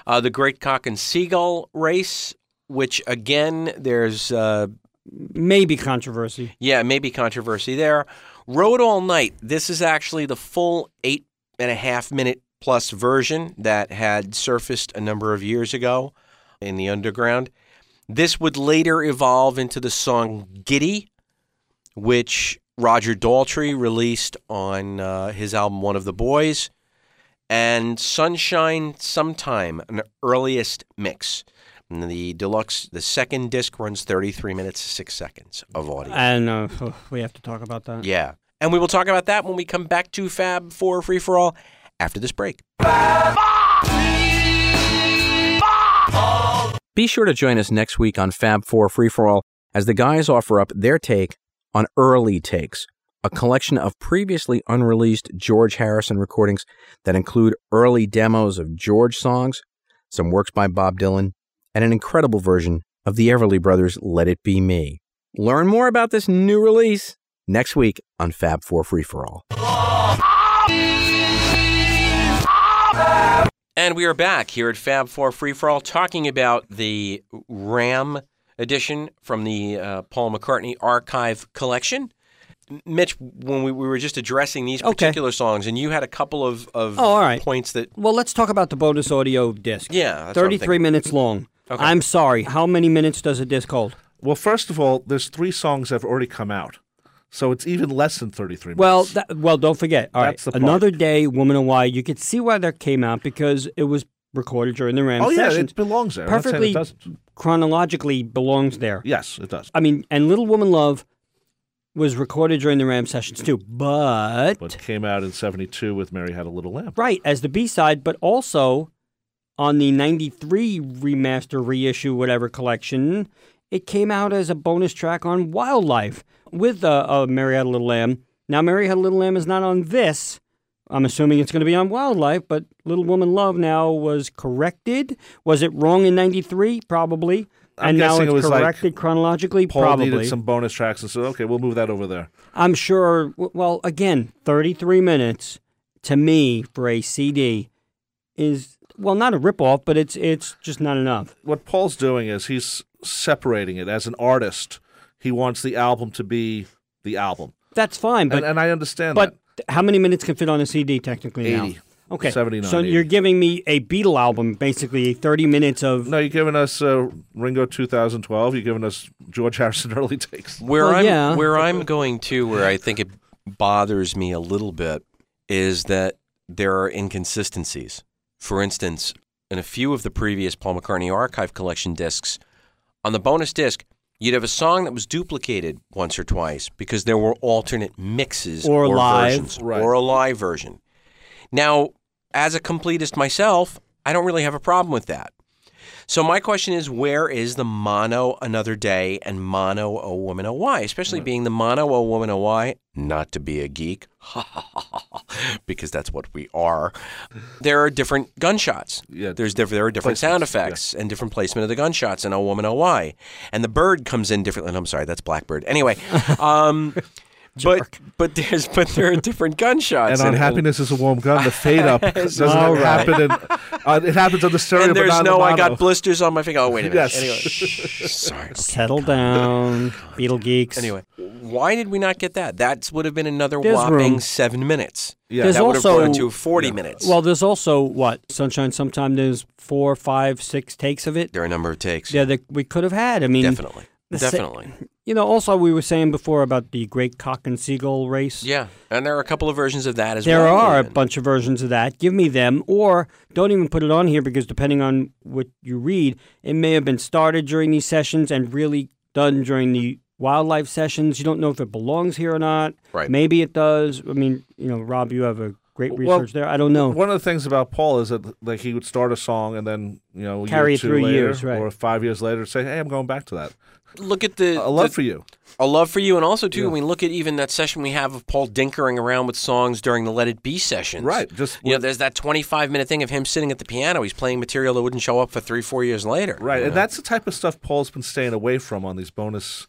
Uh, the Great Cock and Seagull race, which again, there's uh,
maybe controversy.
yeah, maybe controversy there. Rode All Night. This is actually the full eight and a half minute plus version that had surfaced a number of years ago in the underground. This would later evolve into the song Giddy, which Roger Daltrey released on uh, his album One of the Boys, and Sunshine Sometime, an earliest mix. And the deluxe, the second disc runs 33 minutes, 6 seconds of audio.
And uh, we have to talk about that.
Yeah. And we will talk about that when we come back to Fab 4 Free for All after this break.
Be sure to join us next week on Fab4 Free for All as the guys offer up their take on Early Takes, a collection of previously unreleased George Harrison recordings that include early demos of George songs, some works by Bob Dylan, and an incredible version of the Everly Brothers' Let It Be Me. Learn more about this new release next week on Fab4 Free for All.
And we are back here at Fab 4 Free for All talking about the RAM edition from the uh, Paul McCartney Archive Collection. M- Mitch, when we, we were just addressing these
Okay.
particular songs, and you had a couple of, of
Oh, all right.
points that.
Well, let's talk about the bonus audio disc.
Yeah. that's what I'm
33
thinking.
minutes long.
Okay.
I'm sorry. How many minutes does a disc hold?
Well, first of all, there's three songs that have already come out, so it's even less than 33 minutes.
Well, that, well, don't forget. All right,
That's the part.
another day, Woman of Why. You could see why that came out because it was recorded during the Ram
oh yeah,
sessions.
it belongs there. I'm not saying
Perfectly
it doesn't.
chronologically belongs there.
Yes, it does.
I mean, and Little Woman Love was recorded during the Ram sessions too, but,
But it came out in '72 with "Mary Had a Little Lamb."
right as the B side, but also on the '93 remaster, reissue, whatever collection, it came out as a bonus track on Wildlife with uh, uh, Mary Had a Little Lamb. Now, Mary Had a Little Lamb is not on this. I'm assuming it's going to be on Wildlife, but Little Woman Love now was corrected. Was it wrong in '93? Probably.
I'm
and now
guessing
it's
it was like
corrected chronologically.
Paul
probably.
needed some bonus tracks and said, "Okay, we'll move that over there."
I'm sure. w- Well, again, 33 minutes to me for a CD is well not a ripoff, but it's it's just not enough.
What Paul's doing is he's separating it as an artist. He wants the album to be the album,
That's fine, but
and, and I understand
but how many minutes can fit on a CD technically now?
80,
Okay,
79,
So you're
80.
giving me a Beatle album, basically 30 minutes of.
that. No, you're giving us uh, Ringo 2012. You're giving us George Harrison early takes.
Where
Well,
I'm
yeah.
where I'm going to, where I think it bothers me a little bit, is that there are inconsistencies. For instance, in a few of the previous Paul McCartney archive collection discs, on the bonus disc, you'd have a song that was duplicated once or twice because there were alternate mixes
Or live.
versions,
Right.
or a live version. Now, as a completist myself, I don't really have a problem with that. So my question is, where is the mono another day and mono a woman a why? Especially being the mono a woman a why, not to be a geek, because that's what we are. There are different gunshots.
Yeah.
There's diff- there are different sound
Placements, yeah.
effects and different placement of the gunshots in a woman a why, and the bird comes in differently. and I'm sorry, that's blackbird. Anyway, um, but but there's but there are different gunshots
and on
in-
happiness is a warm gun. The fade up doesn't
All right.
happen. In, uh, it happens on the stereo,
And
but
there's
not
no,
on the
I got
mono.
blisters on my finger. Oh, wait a minute.
Yes.
Anyway, sorry.
Settle down, Beatle geeks.
Anyway, why did we not get that? That would have been another
There's
whopping
room.
seven minutes.
Yeah.
There's
that would have brought it
also-
to 40 minutes.
Well, there's also what sunshine. Sometimes there's four, five, six takes of it.
there are a number of takes.
Yeah, that we could have had. I mean,
definitely.
the se-
Definitely.
You know, also we were saying before about the Great Cock and Seagull race.
yeah. And there are a couple of versions of that as
There
well.
are a
even.
bunch of versions of that. Give me them, or don't even put it on here because depending on what you read, it may have been started during these sessions and really done during the wildlife sessions. You don't know if it belongs here or not.
Right.
Maybe it does. I mean, you know, Rob, you have a great
Well,
research there. I don't know.
One of the things about Paul is that like he would start a song and then you know a
Carry
year
it
or two
through
later,
years, right.
or five years later say, hey, I'm going back to that.
Look at the.
A love
the-
for you.
A love for you. And also, too, I mean, look at even that session we have of Paul dinkering around with songs during the Let It Be sessions.
Right, just-
You know, there's that 25 minute thing of him sitting at the piano. He's playing material that wouldn't show up for three, four years later.
Right, and that's the type of stuff Paul's been staying away from on these bonus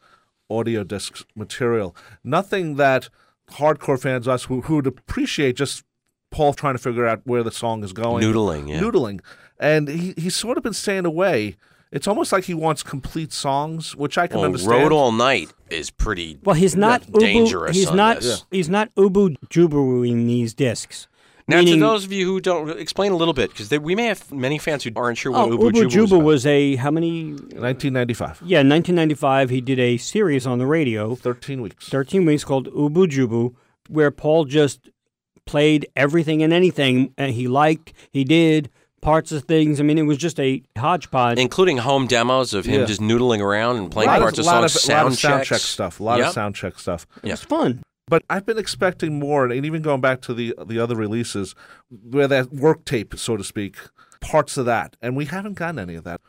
audio disc material. Nothing that hardcore fans us who who would appreciate just Paul trying to figure out where the song is going
Noodling, yeah.
noodling. And he, he's sort of been staying away. It's almost like he wants complete songs, which I can
Well,
understand.
Road All Night is pretty.
Well, he's not ubu,
dangerous
He's
on
not.
this.
He's not ubu jubuing these discs.
Now,
Meaning,
to those of you who don't, explain a little bit because we may have many fans who aren't sure
oh,
what Ubu,
ubu
Juba was.
juba
about.
was a how many?
1995,
Yeah, 1995. He did a series on the radio,
13 weeks.
13 weeks called Ubu Jubu, where Paul just played everything and anything and he liked. He did parts of things. I mean, it was just a hodgepodge.
including home demos of him
Yeah.
just noodling around and playing
lot
parts of,
of, lot
songs,
lot
sound,
sound
checks.
check stuff. A lot
Yep.
of sound check stuff.
It was fun.
But I've been expecting more, and even going back to the the other releases, where that work tape, so to speak, parts of that, and we haven't gotten any of that.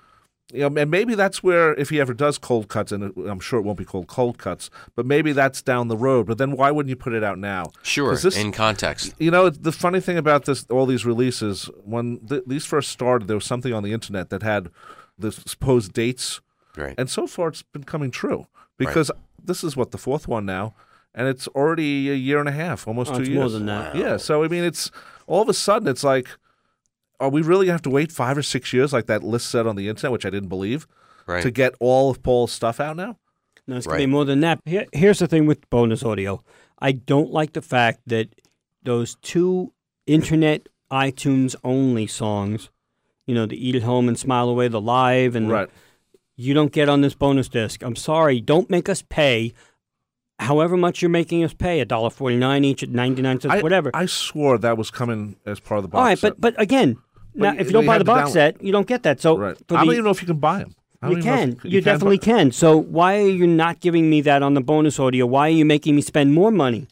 You know, and maybe that's where, if he ever does cold cuts, and it- I'm sure it won't be called cold cuts, but maybe that's down the road. But then why wouldn't you put it out now?
Sure,
'Cause this-
in context.
you know the funny thing about this all these releases when th- these first started there was something on the internet that had the supposed dates
Right.
and so far it's been coming true because this is what the fourth one now and it's already a year and a half almost
Oh,
two
it's
years
more than that.
yeah so i mean it's all of a sudden it's like are we really gonna have to wait five or six years like that list said on the internet which i didn't believe
Right.
to get all of paul's stuff out now
No, it's going to
Right.
be more than that. Here, here's the thing with bonus audio. I don't like the fact that those two internet iTunes only songs, you know, the Eat at Home and Smile Away, the live, and the-
right
you don't get on this bonus disc. I'm sorry. Don't make us pay however much you're making us pay, $1.49 each at 99 cents,
I,
whatever.
i swore that was coming as part of the box
All right,
set.
but, but again, now,
you-
if you don't
you
buy
had
the
to
box
download-
set, you don't get that. So
right
for
i
the-
don't even know if you can buy them I
you
don't even know if
can. You,
can buy-
definitely can. So why are you not giving me that on the bonus audio? Why are you making me spend more money?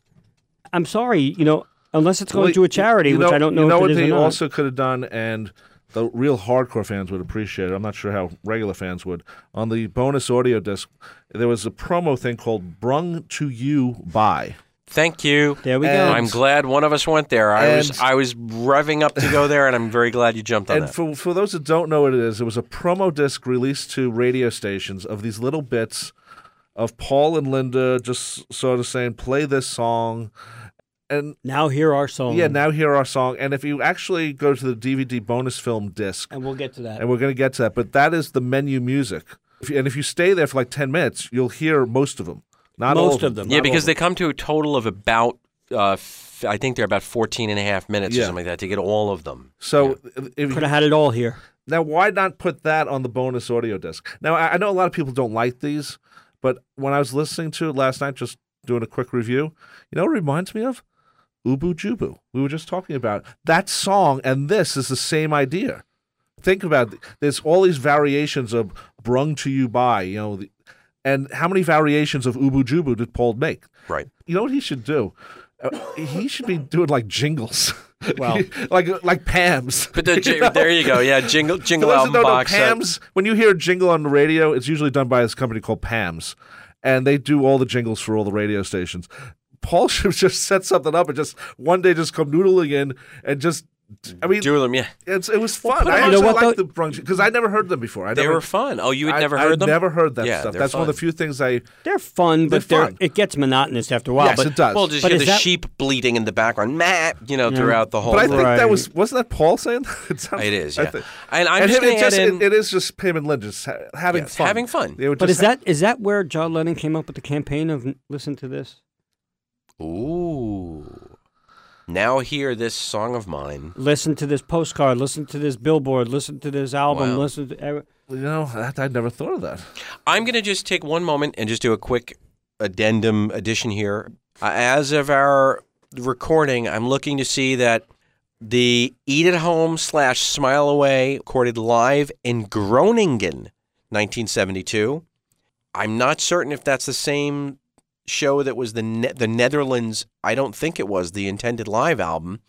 I'm sorry, you know, unless it's going
Well,
to a charity,
you
which I don't know,
You know
if
what
it is
they
or not.
also could have done, and the real hardcore fans would appreciate it. I'm not sure how regular fans would. On the bonus audio disc, there was a promo thing called "Brung to You by."
Thank you.
there we go.
And-
I'm glad one of us went there. I was
and-
I was revving up to go there, and I'm very glad you jumped on
And
that.
for for those that don't know what it is, it was a promo disc released to radio stations of these little bits of Paul and Linda just sort of saying, "Play this song," and
now hear our song.
yeah, now hear our song. And if you actually go to the DVD bonus film disc,
and we'll get to that.
and we're going to get to that. But that is the menu music, if you, and if you stay there for like ten minutes, you'll hear most of them. Not all
Most of them.
Not
yeah, because
all
they come to a total of about, uh, f- I think they're about 14 and a half minutes or
Yeah.
something like that to get all of them.
So if
Could have had it all here.
now, why not put that on the bonus audio disc? Now, I, I know a lot of people don't like these, but when I was listening to it last night, just doing a quick review, you know, what it reminds me of Ubu Jubu. We were just talking about it. that song, and this is the same idea. Think about it. There's all these variations of "Brung to You by," you know, the, and how many variations of Ubu Jubu did Paul make?
Right.
You know what he should do? Uh, he should be doing like jingles,
Wow.
like like Pam's.
But the,
You know?
there you go. Yeah, jingle
For
jingle
those that
album
don't know,
box. set.
Pam's. When you hear a jingle on the radio, it's usually done by this company called Pam's, and they do all the jingles for all the radio stations. Paul should just set something up and just one day just come noodling in and just. I mean,
Do them, yeah.
it's, it was fun.
put
I
them on- You know
actually
what,
liked
though?
the brunch because I never heard them before. I
They
never,
were fun. Oh, you had
I-
never heard
I
them?
never heard that
Yeah,
stuff.
they're
That's one of
fun.
the few things I.
They're fun,
They're
but they're-
fun.
it gets monotonous after a while.
yes,
but
it does.
Well, just
But
hear
is
the
that-
sheep bleating in the background, meh, you know, throughout the whole.
But I think
Right.
that was wasn't that Paul saying that? It, sounds-
Oh, It is,
I
yeah.
think-
And I'm just
him-
gonna
it just
add in-
it- it is just Pam and Lynn just ha- having
Yes,
fun.
having fun.
They were
But
just
is that is that where John Lennon came up with the campaign of listen to this?
Ooh. Now hear this song of mine.
Listen to this postcard, listen to this billboard, listen to this album,
Wow.
listen to e, every,
You know, that, I'd never thought of that.
I'm going to just take one moment and just do a quick addendum addition here. Uh, As of our recording, I'm looking to see that the Eat at Home slash Smile Away recorded live in Groningen, 1972. I'm not certain if that's the same show that was the ne- the Netherlands. I don't think it was the intended live album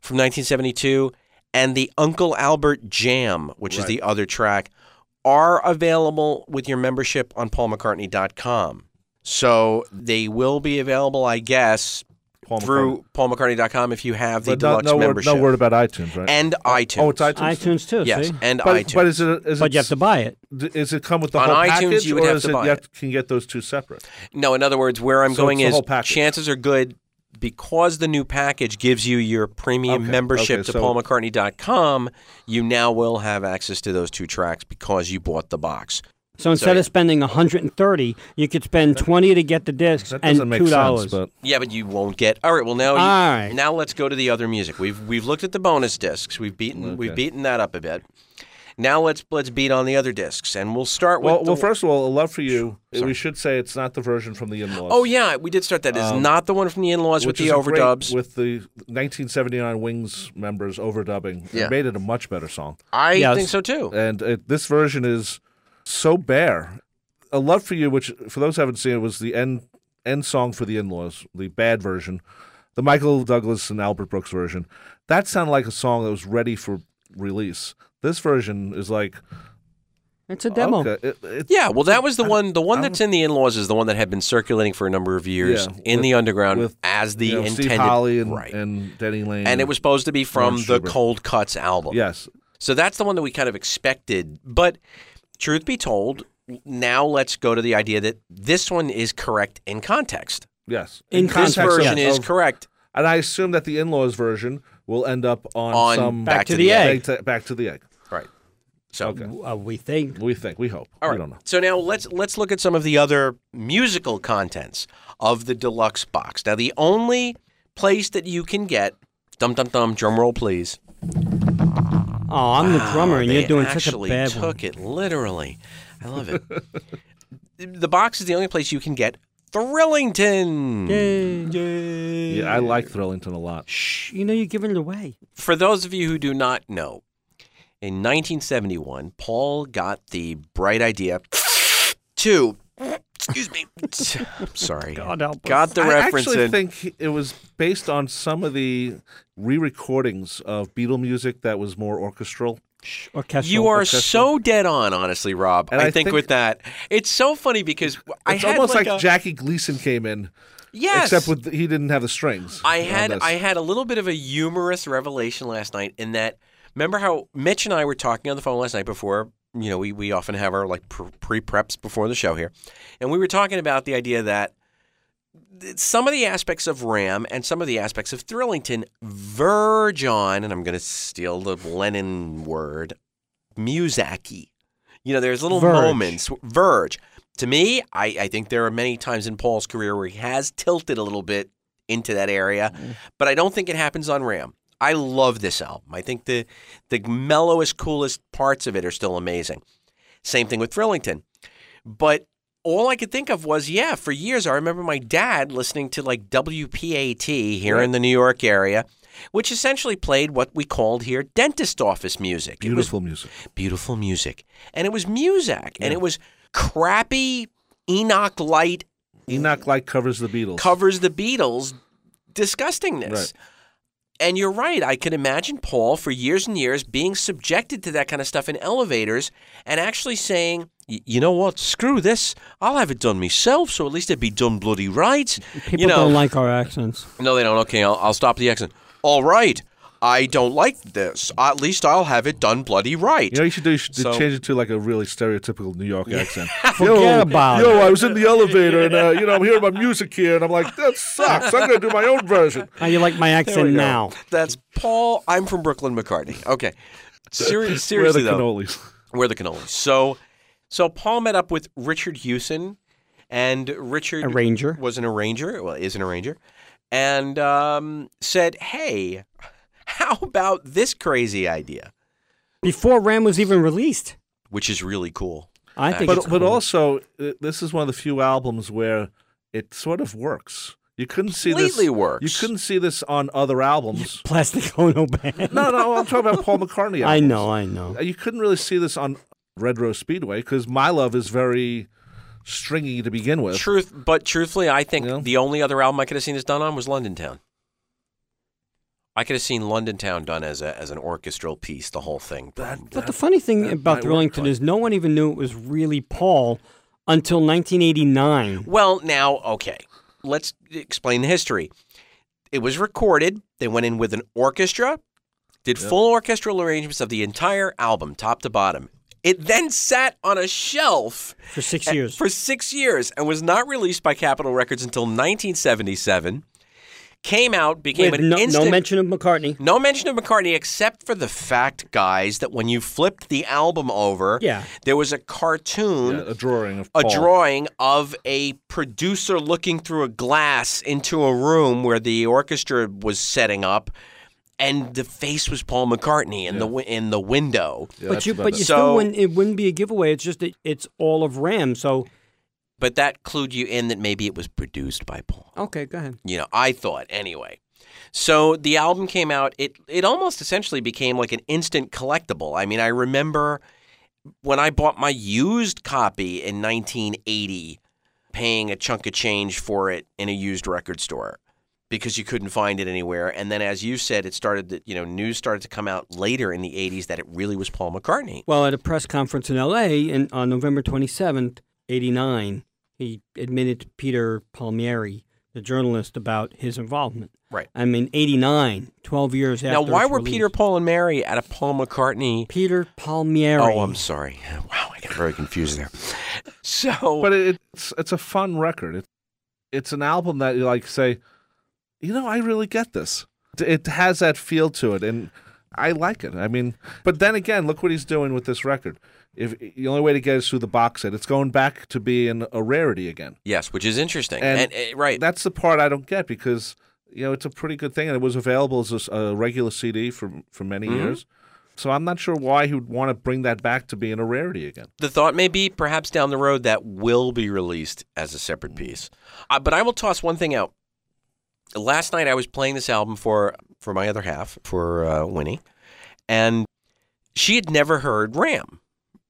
from 1972, and the Uncle Albert Jam, which is
Right.
the other track, are available with your membership on PaulMcCartney.com. So they will be available, I guess.
Paul
through
McCartney.
paulmccartney.com if you have the
But no,
deluxe
no word,
membership
no word about iTunes, right?
and iTunes.
oh, it's iTunes.
iTunes too.
Yes,
see?
and
But,
iTunes.
but is it is
but
it,
you have to buy it.
d- is it come with the
On
whole
iTunes,
package,
you would
or
have
is
to
it
buy
you
it.
have- can get those two separate?
no, in other words, where I'm
So
going
it's the
is
whole package.
chances are good because the new package gives you your premium
Okay,
membership
okay,
to
so-
paulmccartney.com. You now will have access to those two tracks because you bought the box.
So instead
So-
of spending 130, you could spend 20 to get the discs
That
and
doesn't make
two
sense,
dollars.
but
Yeah, but you won't get. All right. Well, now, you-
All right.
now let's go to the other music. We've we've looked at the bonus discs. We've beaten we've
Okay.
beaten that up a bit. Now let's let's beat on the other discs, and we'll start with.
well,
the-
well, first of all, a love for you.
Sorry.
We should say it's not the version from the in-laws.
Oh yeah, we did start that. It's
Um,
not the one from the in-laws with
which
the
is a great-
overdubs.
with the 1979 Wings members overdubbing.
Yeah.
It made it a much better song.
I
Yes.
think so too.
And it, this version is so bare. A Love for You, which for those who haven't seen it, was the end end song for the in-laws, the bad version, the Michael Douglas and Albert Brooks version. That sounded like a song that was ready for release. This version is like
It's a demo.
okay, it- it-
Yeah, well, that was the
I don't-
one. The one
I
that's in the in-laws is the one that had been circulating for a number of years
Yeah,
in
with-
the underground
with,
as the
you know,
intended.
Steve Holly and,
right.
and Denny Lane,
and it was supposed to be from
Lawrence
the
Schubert.
Cold Cuts album.
yes,
So that's the one that we kind of expected. But truth be told, now let's go to the idea that this one is correct in context.
yes.
In
This
Context of-
version is
of-
correct
And I assume that the in-laws version will end up on,
on
some
Back,
Back to the Egg.
Back to, back to the egg.
Right. So
Uh, we think.
We think. We hope.
all
We
right.
don't know.
So now let's let's look at some of the other musical contents of the deluxe box. Now the only place that you can get dum dum dum drum roll please. Ah,
Oh, I'm the drummer, and
They
you're doing such a
actually
bad one.
took it literally. I love it. the box is the only place you can get Thrillington.
Yeah, I like Thrillington a lot.
Shh, you know you're giving it away.
For those of you who do not know, in 1971, Paul got the bright idea to, excuse me, I'm sorry,
God help us.
got the
I
reference
actually
in.
think it was based on some of the re-recordings of Beatle music that was more orchestral.
Shh, orchestral.
you are
orchestral.
so dead on, honestly, Rob.
And
I,
I
think,
think-
with that, it's so funny because I
It's
had
almost like,
a,
Jackie Gleason came in,
yes,
except with he didn't have the strings.
I
on
had
this.
I had a little bit of a humorous revelation last night in that remember how Mitch and I were talking on the phone last night before you know we, we often have our like pre preps before the show here and we were talking about the idea that th- some of the aspects of Ram and some of the aspects of Thrillington verge on and I'm going to steal the Lennon word musacky you know there's little
Verge.
moments verge to me I, I think there are many times in Paul's career where he has tilted a little bit into that area, but I don't think it happens on Ram. I love this album. I think the the mellowest, coolest parts of it are still amazing. Same thing with Thrillington. But all I could think of was, yeah, for years I remember my dad listening to like WPAT here in the New York area, which essentially played what we called here dentist office music. It was
beautiful music.
beautiful music. And it was Muzak, and it was crappy Enoch Light
Enoch Light covers the Beatles.
covers the Beatles' disgustingness.
Right.
And you're right. I can imagine Paul for years and years being subjected to that kind of stuff in elevators and actually saying, "Y- you know what, screw this. I'll have it done myself, so at least it'd be done bloody right.
People
you know,
don't like our accents.
no, they don't. Okay, I'll, I'll stop the accent. All right. I don't like this. At least I'll have it done bloody right.
You know, what you should do. You should
So-
change it to like a really stereotypical New York accent.
Forget about
yo, I was in the elevator, and uh, you know, I'm hearing my music here, and I'm like, that sucks. I'm gonna do my own version.
How you like my accent
go.
now?
That's Paul. I'm from Brooklyn McCartney. Okay. Seri-
Where are the
seriously, though.
cannolis?
Where the cannolis. So, so Paul met up with Richard Hewson, and Richard
Arranger.
was an arranger. Well, is an arranger, and um, said, "Hey, how about this crazy idea?"
Before Ram was even released,
Which is really cool.
I think.
but
it's
but
cool.
also uh, this is one of the few albums where it sort of works. You couldn't see this.
Completely works.
You couldn't see this on other albums.
Plastic Ono Band.
no, no, I'm talking about Paul McCartney. Albums.
I know, I know.
You couldn't really see this on Red Rose Speedway because My Love is very stringy to begin with.
Truth, but truthfully, I think
Yeah.
the only other album I could have seen this done on was London Town. I could have seen London Town done as a as an orchestral piece, the whole thing.
But the funny thing
that
about
might work,
Thrillington
but-
is no one even knew it was really Paul until 1989.
Well, now, okay, let's explain the history. it was recorded. They went in with an orchestra, did full orchestral arrangements of the entire album, top to bottom. It then sat on a shelf
for six years.
for six years and was not released by Capitol Records until 1977. Came out, became
With
an
no,
instant.
no mention of McCartney.
No mention of McCartney except for the fact, guys, that when you flipped the album over,
Yeah.
there was a cartoon,
Yeah, a drawing of
a
Paul.
drawing of a producer looking through a glass into a room where the orchestra was setting up, and the face was Paul McCartney in the the in the window.
Yeah,
but
that's
you,
about
but
it.
you
So-
still wouldn't. It wouldn't be a giveaway. It's just that it's all of Ram. So
But that clued you in that maybe it was produced by Paul.
okay, go ahead.
you know i thought anyway so the album came out it it almost essentially became like an instant collectible i mean i remember when i bought my used copy in 1980 paying a chunk of change for it in a used record store because you couldn't find it anywhere and then as you said it started that you know news started to come out later in the 80s that it really was paul mccartney
Well, at a press conference in L.A. In, on November 27th, 89, he admitted to Peter Palmieri, the journalist, about his involvement.
Right.
I mean, 89, 12 years after.
now why
its
were
release.
peter paul and mary at a paul mccartney
Peter Palmieri.
oh i'm sorry wow i got very confused there so
But it- it's it's a fun record. It, it's an album that you like say, you know, I really get this. It has that feel to it, and I like it. I mean, but then again, look what he's doing with this record. If the only way to get is through the box set, it's going back to being a rarity again.
Yes, which is interesting. And, uh, right,
That's the part I don't get because you know it's a pretty good thing, and it was available as a, a regular CD for for many
Mm-hmm.
years. So I'm not sure why he would want to bring that back to being a rarity again.
the thought may be perhaps down the road that will be released as a separate piece. Uh, but I will toss one thing out. Last night I was playing this album for for my other half for uh, Winnie, and she had never heard Ram,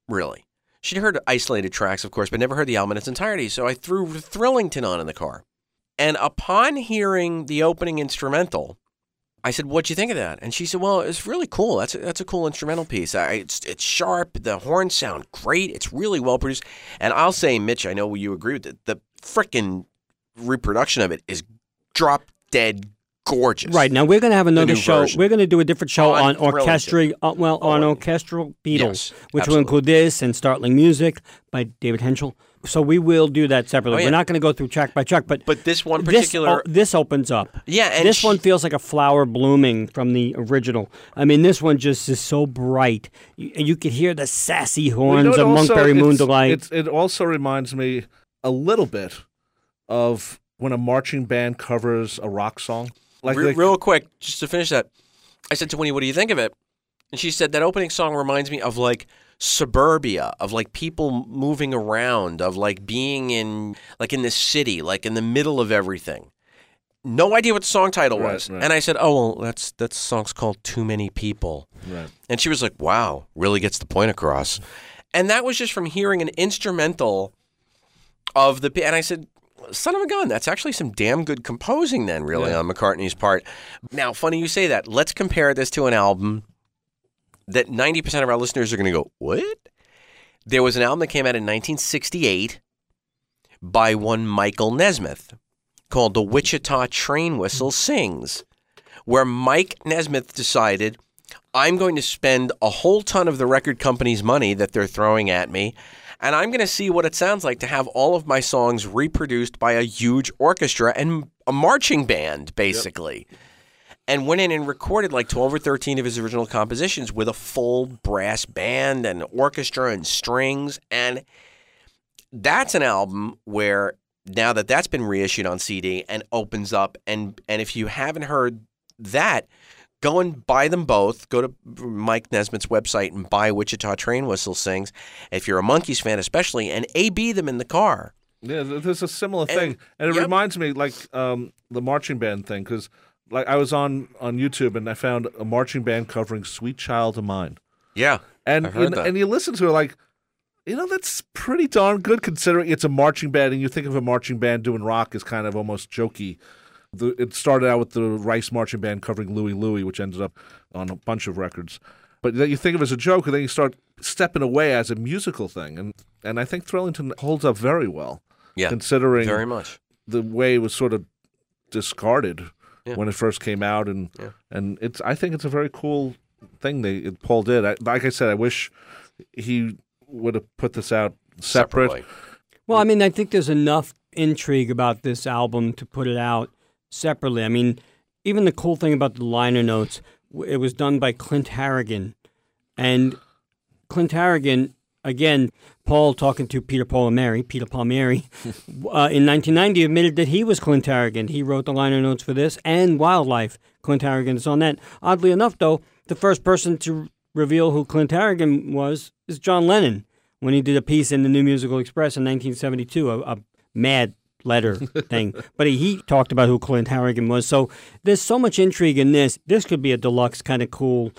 really. She'd heard isolated tracks, of course, but never heard the album in its entirety. So I threw Thrillington on in the car, and upon hearing the opening instrumental, I said, "What'd you think of that?" And she said, "Well, it's really cool. That's a, that's a cool instrumental piece. I, it's it's sharp. The horns sound great. It's really well produced." And I'll say, Mitch, I know you agree with it. The frickin' reproduction of it is drop dead gorgeous.
Right now, we're going to have another
new
show.
version.
We're going to do a different show
On
on,
Thrillington.
orchestral, uh, well, on
Oh,
orchestral Beatles,
Yes,
which
absolutely.
will include this and startling music by David Henschel. So we will do that separately.
Oh, yeah.
We're not going to go through track by track, but
But this one
this, uh,
particular-
this, opens up.
Yeah, and
this
she-
one feels like a flower blooming from the original. I mean, this one just is so bright. You, you could hear the sassy
You know,
horns
it
of
also-
Monkberry
it's-
Moon Delight.
it's- It also reminds me a little bit of when a marching band covers a rock song. Like,
Re-
like-
real quick, just to finish that, I said to Winnie, "What do you think of it?" And she said that opening song reminds me of like suburbia, of like people moving around, of like being in like in the city, like in the middle of everything. No idea what the song title
Right,
was,
right.
and I said, "Oh well, that's that song's called Too Many People."
Right.
And she was like, "Wow, really gets the point across." And that was just from hearing an instrumental of the and I said, "Son of a gun, that's actually some damn good composing then really on McCartney's part." Now, funny you say that. Let's compare this to an album that 90% of our listeners are going to go, "What?" There was an album that came out in 1968 by one Michael Nesmith called The Wichita Train Whistle Sings, where Mike Nesmith decided I'm going to spend a whole ton of the record company's money that they're throwing at me, and I'm going to see what it sounds like to have all of my songs reproduced by a huge orchestra and a marching band, basically. And went in and recorded like 12 or 13 of his original compositions with a full brass band and orchestra and strings. And that's an album where now that that's been reissued on CD and opens up and and if you haven't heard that go and buy them both go to Mike Nesmith's website and buy Wichita Train Whistle Sings if you're a Monkeys fan especially and AB them in the car
Yeah, th- there's a similar
And-
thing, and it
yep.
reminds me like um, the marching band thing because like I was on on YouTube and I found a marching band covering "Sweet Child of Mine,"
yeah
and
I've heard
you, kn-
that.
and you listen to it like. You know that's pretty darn good considering it's a marching band, and you think of a marching band doing rock as kind of almost jokey. The, it started out with the Rice Marching Band covering Louie Louie, which ended up on a bunch of records. But then you think of it as a joke, and then you start stepping away as a musical thing, and and I think Thrillington holds up very well
yeah
considering
very much
the way it was sort of discarded
Yeah.
when it first came out, and
Yeah.
and it's I think it's a very cool thing they it, Paul did. I, like I said, I wish he would have put this out separate.
Separately.
Well, I mean, I think there's enough intrigue about this album to put it out separately. I mean, even the cool thing about the liner notes, w- it was done by Clint Harrigan. And Clint Harrigan, again, Paul talking to Peter Palmieri, Peter Palmieri, uh, in 1990 admitted that he was Clint Harrigan. He wrote the liner notes for this and Wildlife. Clint Harrigan is on that. Oddly enough, though, the first person to reveal who Clint Harrigan was is John Lennon when he did a piece in the New Musical Express in 1972, a, a mad letter thing. But he, he talked about who Clint Harrigan was. So there's so much intrigue in this. This could be a deluxe kind of cool,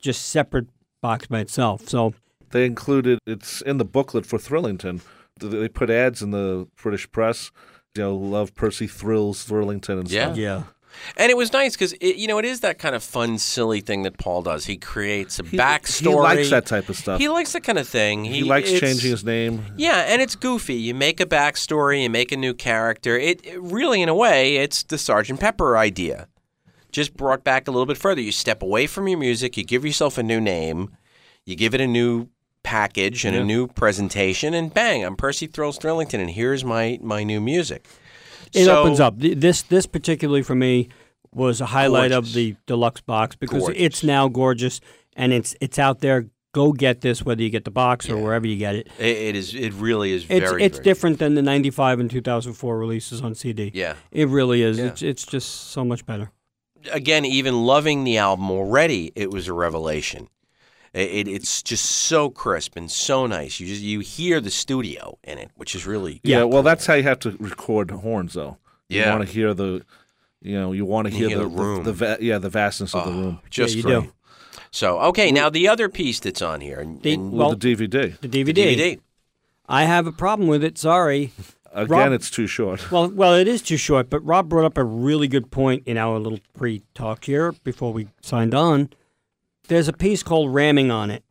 just separate box by itself. So
They included it's in the booklet for Thrillington. Th- They put ads in the British press. You know, love Percy thrills Thrillington and
Yeah.
stuff.
yeah.
And it was nice because you know it is that kind of fun, silly thing that Paul does. He creates a
He-
backstory.
He likes that type of stuff.
He
He,
likes that kind of thing. He,
likes
it's-
changing his name.
Yeah, and it's goofy. You make a backstory, you make a new character. It, it really, in a way, it's the Sergeant Pepper idea, just brought back a little bit further. You step away from your music, you give yourself a new name, you give it a new package and a new presentation, and bang, I'm Percy Thrills Thrillington, and here's my my new music.
It
So-
opens up. Th- This this particularly for me was a highlight
Gorgeous.
of the deluxe box because
Gorgeous.
it's now gorgeous and it's it's out there. Go get this whether you get the box or wherever you get it.
It, it is. It really is
It's
very.
it's
very-
different than the 95 and 2004 releases on CD.
Yeah.
It really is.
Yeah.
It's it's just so much better.
again, even loving the album already, it was a revelation. It, it, it's just so crisp and so nice. You just, you hear the studio in it, which is really
Yeah,
Yeah.
well, that's how you have to record horns, though. You
Yeah.
want to hear the, you know, you want to hear,
hear
the,
the room. Ah,
the, va- yeah, the vastness of the room
just
you
great.
do.
So okay, now the other piece that's on here, and,
The-
and
with
well,
the DVD.
the
the
DVD.
DVD.
I have a problem with it. Sorry.
Again,
Rob-
it's too short.
Well, well, it is too short. But Rob brought up a really good point in our little pre-talk here before we signed on. There's a piece called "Ramming" on it,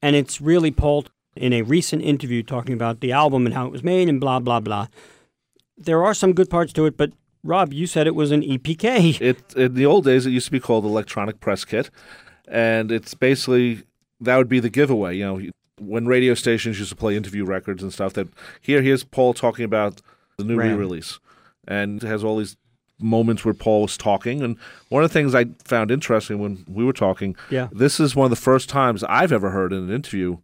and it's really Paul in a recent interview talking about the album and how it was made and blah blah blah. There are some good parts to it, but Rob, you said it was an E EPK.
It in the old days, it used to be called electronic press kit, and it's basically that would be the giveaway. You know, you- when radio stations used to play interview records and stuff, that here here's Paul talking about the new
Ram.
re-release, and it has all these moments where Paul was talking. And one of the things I found interesting when we were talking,
Yeah.
this is one of the first times I've ever heard in an interview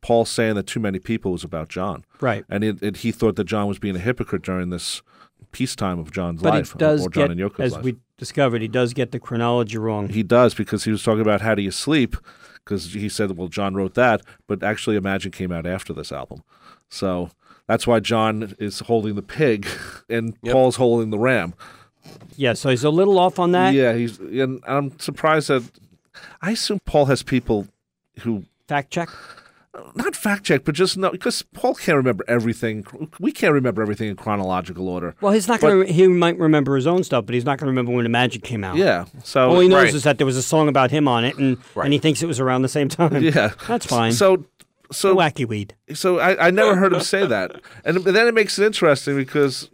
Paul saying that too many people was about John.
Right.
And it, it, he thought that John was being a hypocrite during this peacetime of John's
But
life,
it does
or John
get,
and Yoko's
as
life.
we discovered, he does get the chronology wrong.
He does because he was talking about how do you sleep because he said, well, John wrote that, but actually Imagine came out after this album. So that's why John is holding the pig and Paul's holding the ram.
yeah, so he's a little off on that.
yeah, he's and I'm surprised that I assume Paul has people who
Fact check.
not fact check, but just know because Paul can't remember everything. We can't remember everything in chronological order.
Well, he's not
But-
going to. He might remember his own stuff, but he's not going to remember when the magic came out.
Yeah. So
All he knows
Right.
is that there was a song about him on it, and,
Right.
and he thinks it was around the same time.
yeah,
That's fine.
So um, so
wacky weed.
so I, I never heard him say that. And then it makes it interesting because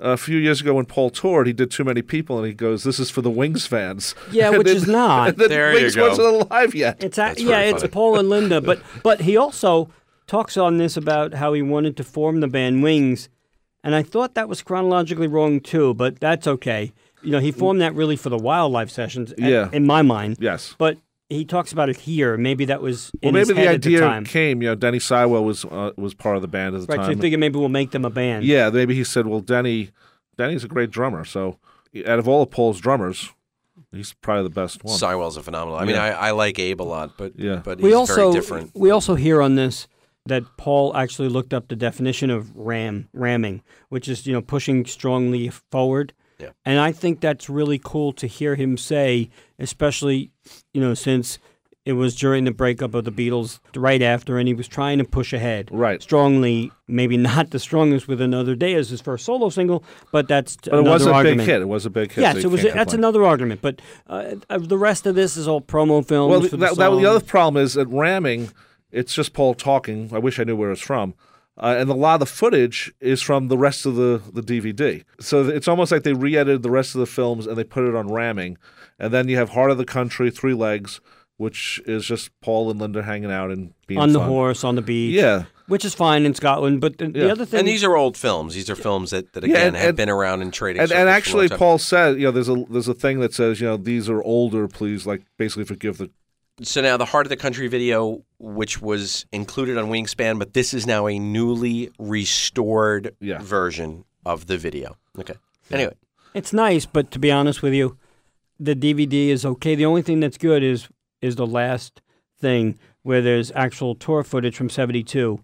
a few years ago when Paul toured, he did Too Many People and he goes, This is for the Wings fans.
Yeah,
And
which
then-
is not.
and then
There you
Wings
go.
wasn't alive yet.
It's a,
That's
yeah,
really
it's
funny.
Paul and Linda, but but he also talks on this about how he wanted to form the band Wings, and I thought that was chronologically wrong too, but that's okay. You know, he formed that really for the wildlife sessions. a-
Mm. Yeah.
in my mind.
Yes.
but he talks about it here. Maybe that was
Well,
in his
maybe the
head at
idea
time.
came. You know, Denny Sywell was uh, was part of the band at the
Right, so you
time.
figure maybe we'll make them a band.
yeah, maybe he said, "Well, Denny, Denny's a great drummer. So, out of all of Paul's drummers, he's probably the best one."
Sywell's a phenomenal. I mean,
Yeah.
I, I like Abe a lot, but
Yeah.
but he's
we also
very different.
we also hear on this that Paul actually looked up the definition of ram ramming, which is you know pushing strongly forward.
Yeah.
And I think that's really cool to hear him say, especially you know since it was during the breakup of the Beatles, right after, and he was trying to push ahead
Right.
strongly. Maybe not the strongest with another day as his first solo single, but that's
but it
another
was a
argument.
big hit. It was a big hit.
Yes,
so
it
you
was.
can't
That's
complain.
another argument, but uh, uh, the rest of this is all promo films.
Well,
for the
that, that, the
song.
other problem is at ramming, it's just Paul talking. I wish I knew where it's from. Uh, and a lot of the footage is from the rest of the, the DVD. So th- it's almost like they re edited the rest of the films and they put it on ramming. And then you have Heart of the Country, Three Legs, which is just Paul and Linda hanging out and being
on the
fun.
horse, on the beach.
Yeah.
Which is fine in Scotland, but the, the
Yeah.
other thing.
And these are old films. These are films that, that again
and-
have
and-
been around in trading.
And,
circles
and
for a
actually,
long time.
Paul said, you know, there's a there's a thing that says, you know, these are older. Please, like, basically forgive the.
So now the Heart of the Country video, which was included on Wingspan, but this is now a newly restored
Yeah.
version of the video. Okay. Anyway,
It's nice, but to be honest with you, the DVD is okay. The only thing that's good is is the last thing where there's actual tour footage from '72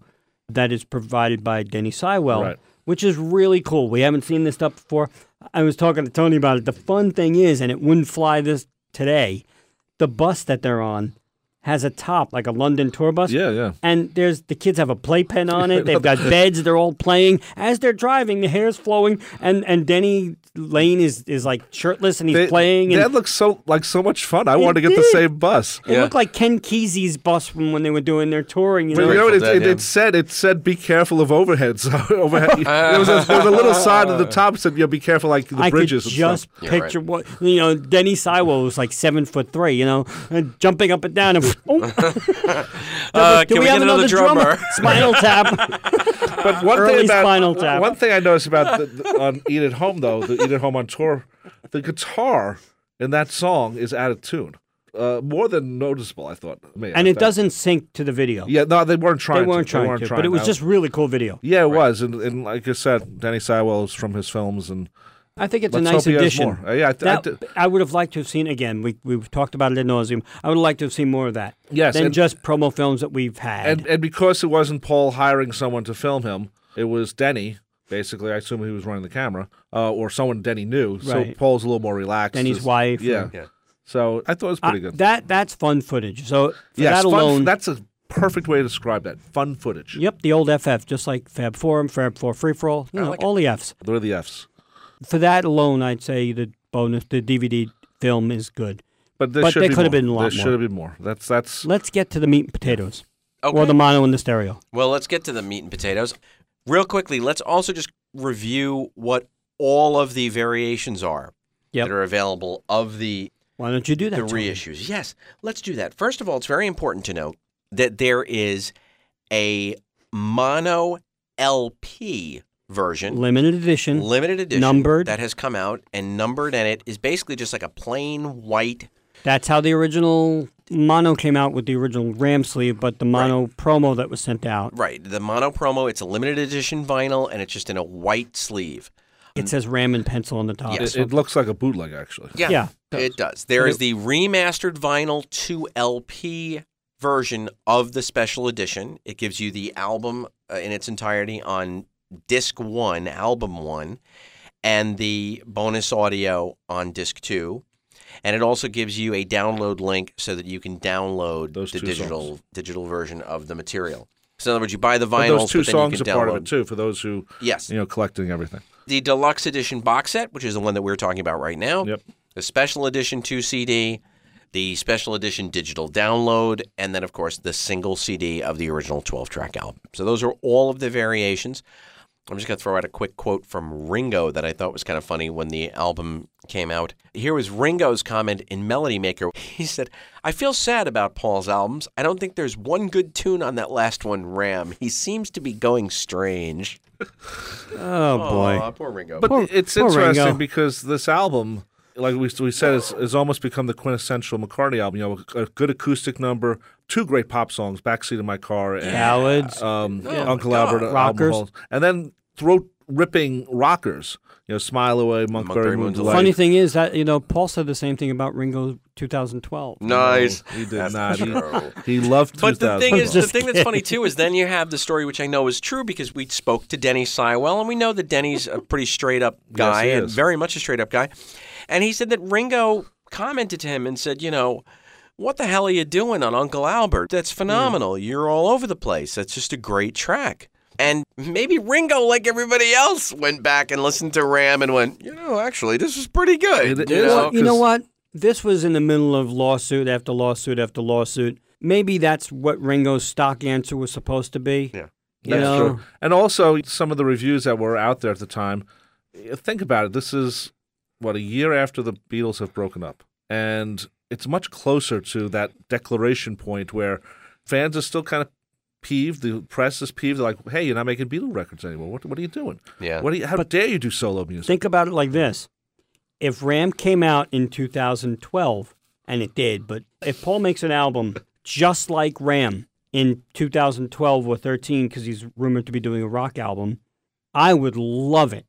that is provided by Denny Sywell,
Right.
which is really cool. We haven't seen this stuff before. I was talking to Tony about it. The fun thing is, and it wouldn't fly this today. The bus that they're on has a top like a London tour bus.
Yeah, yeah.
And there's the kids have a playpen on it. They've got beds. They're all playing as they're driving. The hair's flowing, and and Denny Lane is is like shirtless and he's
They-
playing. And
that looks so like so much fun. I
It
wanted to get the
did.
same bus.
it
Yeah.
looked like Ken Kesey's bus from when they were doing their touring. You
But
know,
you know what it,
Grateful Dead,
it, it
yeah.
said? It said, "Be careful of overheads." Overhead. there, was a, there was a little sign at the top said, "Yeah, be careful, like the
I could
bridges." and stuff.
just
Yeah, right.
picture what you know. Denny Sywell was like seven foot three, you know, and jumping up and down. And oh,
Uh,
do
can we
have
get another drummer?
Spinal Tap.
But one
Early
thing about
Spinal Tap.
one thing I noticed about the, the, on "Eat at Home" though, the "Eat at Home" on tour, the guitar in that song is out of tune, uh, more than noticeable. I thought, I mean,
and
I
it
thought-
doesn't sync to the video.
Yeah, no, they weren't
they
trying.
weren't
to.
trying
they weren't
to,
trying.
but it was
That-
just really cool video.
Yeah, it was, and, and like I said, Danny Sywell is from his films, and
I think it's
Let's
a nice
hope he has
addition.
more. Uh, yeah, I th- I
That-
th-
I would have liked to have seen again. We we've talked about it ad nauseum. I would have liked to have seen more of that.
Yes,
than
and-
just promo films that we've had.
and and because it wasn't Paul hiring someone to film him, it was Denny. Basically, I assume he was running the camera, uh, or someone Denny knew. So
Right.
Paul's a little more relaxed.
Denny's
His-
wife or-
Yeah.
Yeah.
So I thought it was
Uh,
pretty good.
that that's fun footage. So for
yes,
that
fun-
alone,
that's a perfect way to describe that. Fun footage.
yep, the old FF, just like Fab Forum, Fab Four Free for All, you know, all the Fs.
They're the Fs.
For that alone, I'd say the bonus, the DVD film is good.
But there
But
should
there
be
could have
more.
been a lot
There
more.
should have been more. That's that's
Let's get to the meat and potatoes,
Okay.
or the mono and the stereo.
Well, let's get to the meat and potatoes. Real quickly, let's also just review what all of the variations are
Yep.
that are available of the
Why don't you do that?
the
Tony?
reissues. Yes, let's do that. First of all, it's very important to note that there is a mono LP version,
Limited edition.
limited edition,
Numbered.
that has come out and numbered, and it is basically just like a plain white.
That's how the original mono came out with the original ram sleeve, but the mono promo that was sent out,
Right, the mono promo. It's a limited edition vinyl, and it's just in a white sleeve.
it says ram and pencil on the top.
Yes.
it, it looks like a bootleg actually.
Yeah,
Yeah,
it does. There
But
is
it-
the remastered vinyl to LP version of the special edition. It gives you the album uh, in its entirety on disc one, album one, and the bonus audio on disc two. And it also gives you a download link so that you can download
Those
the
two
digital
songs.
digital version of the material. So in other words, you buy the
But
vinyls,
those two
but then you
songs are
can download.
part of it too. For those who
Yes,
you know collecting everything.
the deluxe edition box set, which is the one that we're talking about right now
Yep.
the special edition 2 CD, the special edition digital download, and then, of course, the single CD of the original 12 track album. So, those are all of the variations. I'm just going to throw out a quick quote from Ringo that I thought was kind of funny when the album came out. Here was Ringo's comment in Melody Maker. He said, I feel sad about Paul's albums. I don't think there's one good tune on that last one, Ram. He seems to be going strange.
Oh boy.
Aw, poor Ringo.
But
Poor-
it's
poor
interesting
Ringo.
because this album, like we, we said, has, has almost become the quintessential McCartney album. You know, a, a good acoustic number, two great pop songs, "Backseat of My Car" and
Cowards.
um,
Yeah.
Uncle
God.
Albert, album
Rockers.
Halls. and then throat ripping rockers. You know, "Smile Away,"
Monkberry
"Monkberry
Moon's
Moon's
Delight.
Funny thing is that you know Paul said the same thing about Ringo 2012.
nice.
Oh, He did
That's
not. He-
true.
He loved.
But the thing
2000.
is, the thing that's funny too is then you have the story, which I know is true because we spoke to Denny Sywell, and we know that Denny's a pretty straight up guy
he
and
is.
very much a straight up guy. And he said that Ringo commented to him and said, you know, what the hell are you doing on Uncle Albert? That's
Hmm.
phenomenal. You're all over the place. That's just a great track. And maybe Ringo, like everybody else, went back and listened to Ram and went, you know, actually, this is pretty good.
It
you
is.
know?
Well, you know
'cause-
what? This was in the middle of lawsuit after lawsuit after lawsuit. Maybe that's what Ringo's stock answer was supposed to be.
Yeah.
You
That's
know?
true. And also, some of the reviews that were out there at the time. eh, Think about it. This is what a year after the Beatles have broken up, and it's much closer to that declaration point where fans are still kind of peeved. The press is peeved. They're like, "Hey, you're not making Beatle records anymore. What, what are you doing?
Yeah.
What? Are you, how dare you do solo music?"
Think about it like this. If Ram came out in 2012, and it did, but if Paul makes an album just like Ram in 2012 or 13, because he's rumored to be doing a rock album, I would love it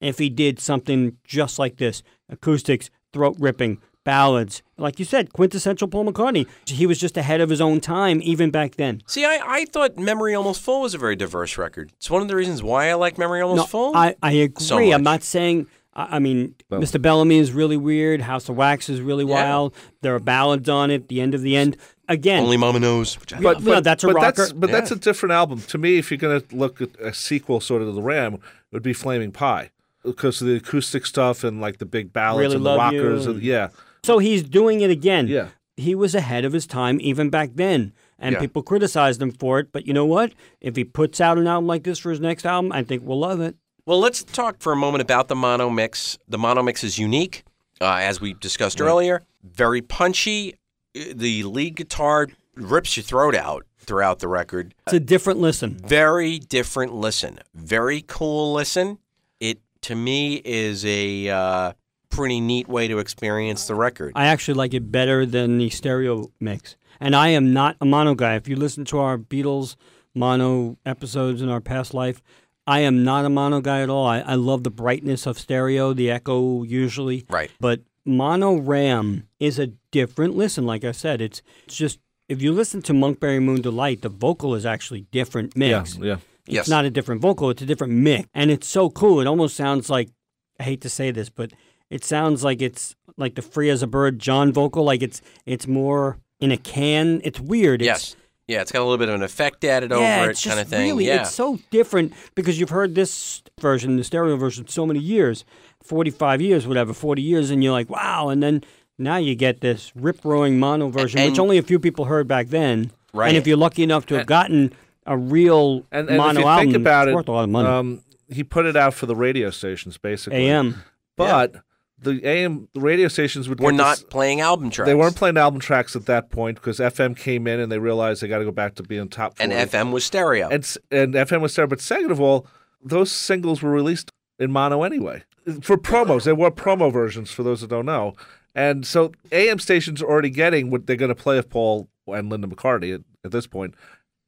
if he did something just like this acoustics, throat ripping, ballads. Like you said, quintessential Paul McCartney. He was just ahead of his own time, even back then.
See, I, I thought Memory Almost Full was a very diverse record. It's one of the reasons why I like Memory Almost Full.
I, I agree.
So much.
I'm not saying. I I mean, Mr. Bellamy is really weird. House of Wax is really
Yeah.
wild. There are ballads on it. The end of the end. Again,
Only Mama Knows. Which I
But-
love.
No, that's a
but That's,
rocker.
but that's
Yeah.
a different album. To me, if you're going to look at a sequel sort of to the Ram, it would be Flaming Pie because of the acoustic stuff and like the big ballads
Really
and the
Love You
rockers.
and-
And, yeah,
so he's doing it again.
Yeah.
He was ahead of his time even back then, and
Yeah.
people criticized him for it. But you know what? If he puts out an album like this for his next album, I think we'll love it.
Well, let's talk for a moment about the mono mix. The mono mix is unique, uh, as we discussed earlier. Very punchy. Uh, The lead guitar rips your throat out throughout the record.
It's a different listen.
Very different listen. Very cool listen. It to me is a uh, pretty neat way to experience the record.
I actually like it better than the stereo mix. And I am not a mono guy. If you listen to our Beatles mono episodes in our past life, I am not a mono guy at all. I, I love the brightness of stereo, the echo usually.
Right.
But mono RAM is a different listen. Like I said, it's, it's just if you listen to Monkberry Moon Delight, the vocal is actually different
yeah,
mix.
yeah.
It's
Yes.
not a different vocal, it's a different mix. And it's so cool. It almost sounds like I hate to say this, but it sounds like it's like the free as a bird John vocal, like it's it's more in a can. It's weird. It's,
yes. Yeah, it's got a little bit of an effect added
yeah,
over it
it's
kind
just
of thing.
really
yeah.
it's so different because you've heard this version, the stereo version, so many years, forty five years, whatever, forty years, and you're like, wow, and then now you get this rip roaring mono version, which
and-
only a few people heard back then.
Right.
And if you're lucky enough to have gotten a real
And, and
mono
if you
album,
think about
it's
it,
worth a lot of money.
Um, he put it out for the radio stations basically.
AM.
but the AM the radio stations would
We're
get
not
this-
playing album tracks.
They weren't playing album tracks at that point because FM came in and they realized they got to go back to being top. 40.
And FM was stereo.
and s- and FM was there. But second of all, those singles were released in mono anyway for promos. There were promo versions for those that don't know, and so AM stations are already getting what they're going to play of Paul and Linda McCartney at, at this point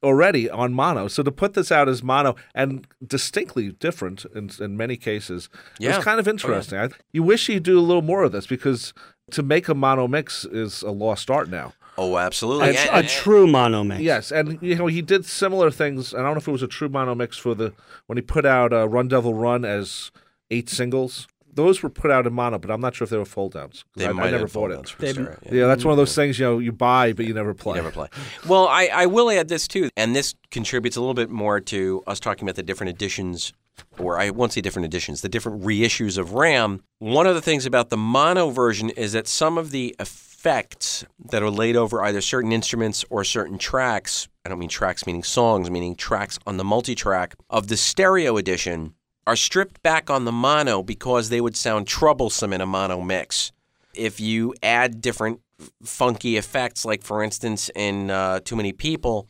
already on mono. So to put this out as mono and distinctly different in, in many cases yeah.
Yeah.
was kind of interesting. I, you wish you would do a little more of this because to make a mono mix is a lost art now.
oh, absolutely.
It's
And-
a
and-
true mono mix.
Yes, and you know he did similar things. I don't know if it was a true mono mix for the when he put out uh, "Run Devil Run" as eight singles. Those were put out in mono, but I'm not sure if they were fold downs. 'cause
They
I, I
might have
never bought
folded
it.
on Twister, yeah.
Yeah, that's one of those things you know you buy but you never play.
Never play. Well, I, I will add this too, and this contributes a little bit more to us talking about the different editions, or I won't say different editions, the different reissues of RAM. One of the things about the mono version is that some of the effects that are laid over either certain instruments or certain tracks, I don't mean tracks meaning songs, meaning tracks on the multi track of the stereo edition, are stripped back on the mono because they would sound troublesome in a mono mix if you add different funky effects, like for instance in uh, Too Many People,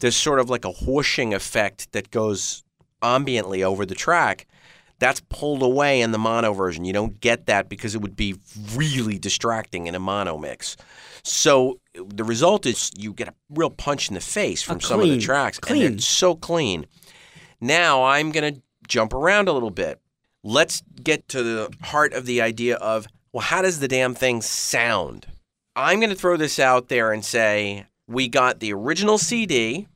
there's sort of like a whooshing effect that goes ambiently over the track. That's pulled away in the mono version. You don't get that because it would be really distracting in a mono mix. So the result is you get a real punch in the face from
A
some of the
clean-
tracks, and
clean.
they're so clean. Now I'm going to jump around a little bit. Let's get to the heart of the idea of well, how does the damn thing sound? I'm going to throw this out there and say we got the original CD,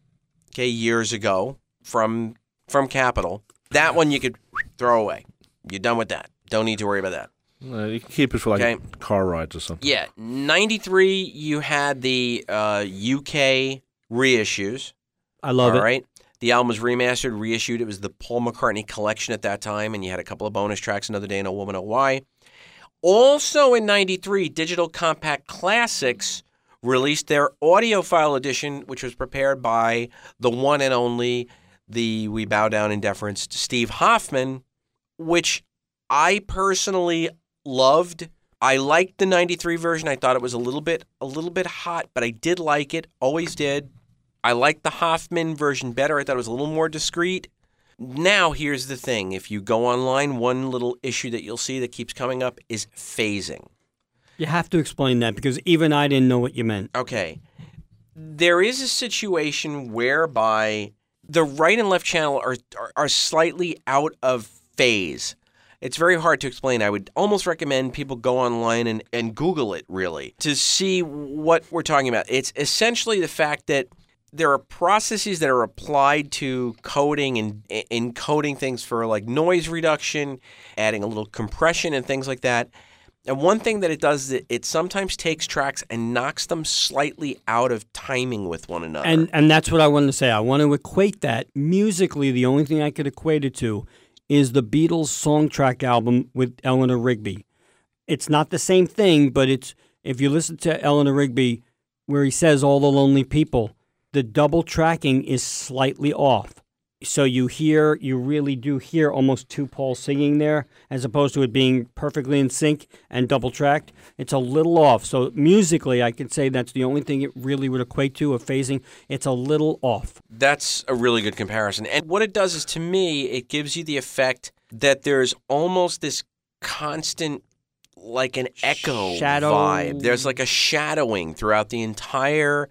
okay, years ago from from Capitol. That one you could throw away. You're done with that. Don't need to worry about that.
Uh, you can keep it for like
Okay.
car rides or something.
Yeah, 93 you had the uh, UK reissues.
I love
All
it.
right. The album was remastered, reissued. It was the Paul McCartney collection at that time, and you had a couple of bonus tracks Another Day and a Woman, Oh Why. Also in 93, Digital Compact Classics released their audiophile edition, which was prepared by the one and only the We Bow Down in Deference to Steve Hoffman, which I personally loved. I liked the 93 version. I thought it was a little bit a little bit hot, but I did like it. Always did. I liked the Hoffman version better. I thought it was a little more discreet. Now here's the thing. If you go online, one little issue that you'll see that keeps coming up is phasing.
You have to explain that because even I didn't know what you meant.
Okay. There is a situation whereby the right and left channel are, are are slightly out of phase. It's very hard to explain. I would almost recommend people go online and, and Google it really to see what we're talking about. It's essentially the fact that there are processes that are applied to coding and e- encoding things for like noise reduction, adding a little compression and things like that. And one thing that it does is it, it sometimes takes tracks and knocks them slightly out of timing with one another.
And and that's what I wanted to say. I want to equate that musically. The only thing I could equate it to is the Beatles song track album with Eleanor Rigby. It's not the same thing, but it's if you listen to Eleanor Rigby, where he says "All the Lonely People," the double tracking is slightly off. So you hear, you really do hear almost two Pauls singing there, as opposed to it being perfectly in sync and double tracked. It's a little off. So musically, I could say that's the only thing it really would equate to of phasing. It's a little off.
That's a really good comparison. And what it does is, to me, it gives you the effect that there's almost this constant, like an echo
Shadow.
vibe. There's like a shadowing throughout the entire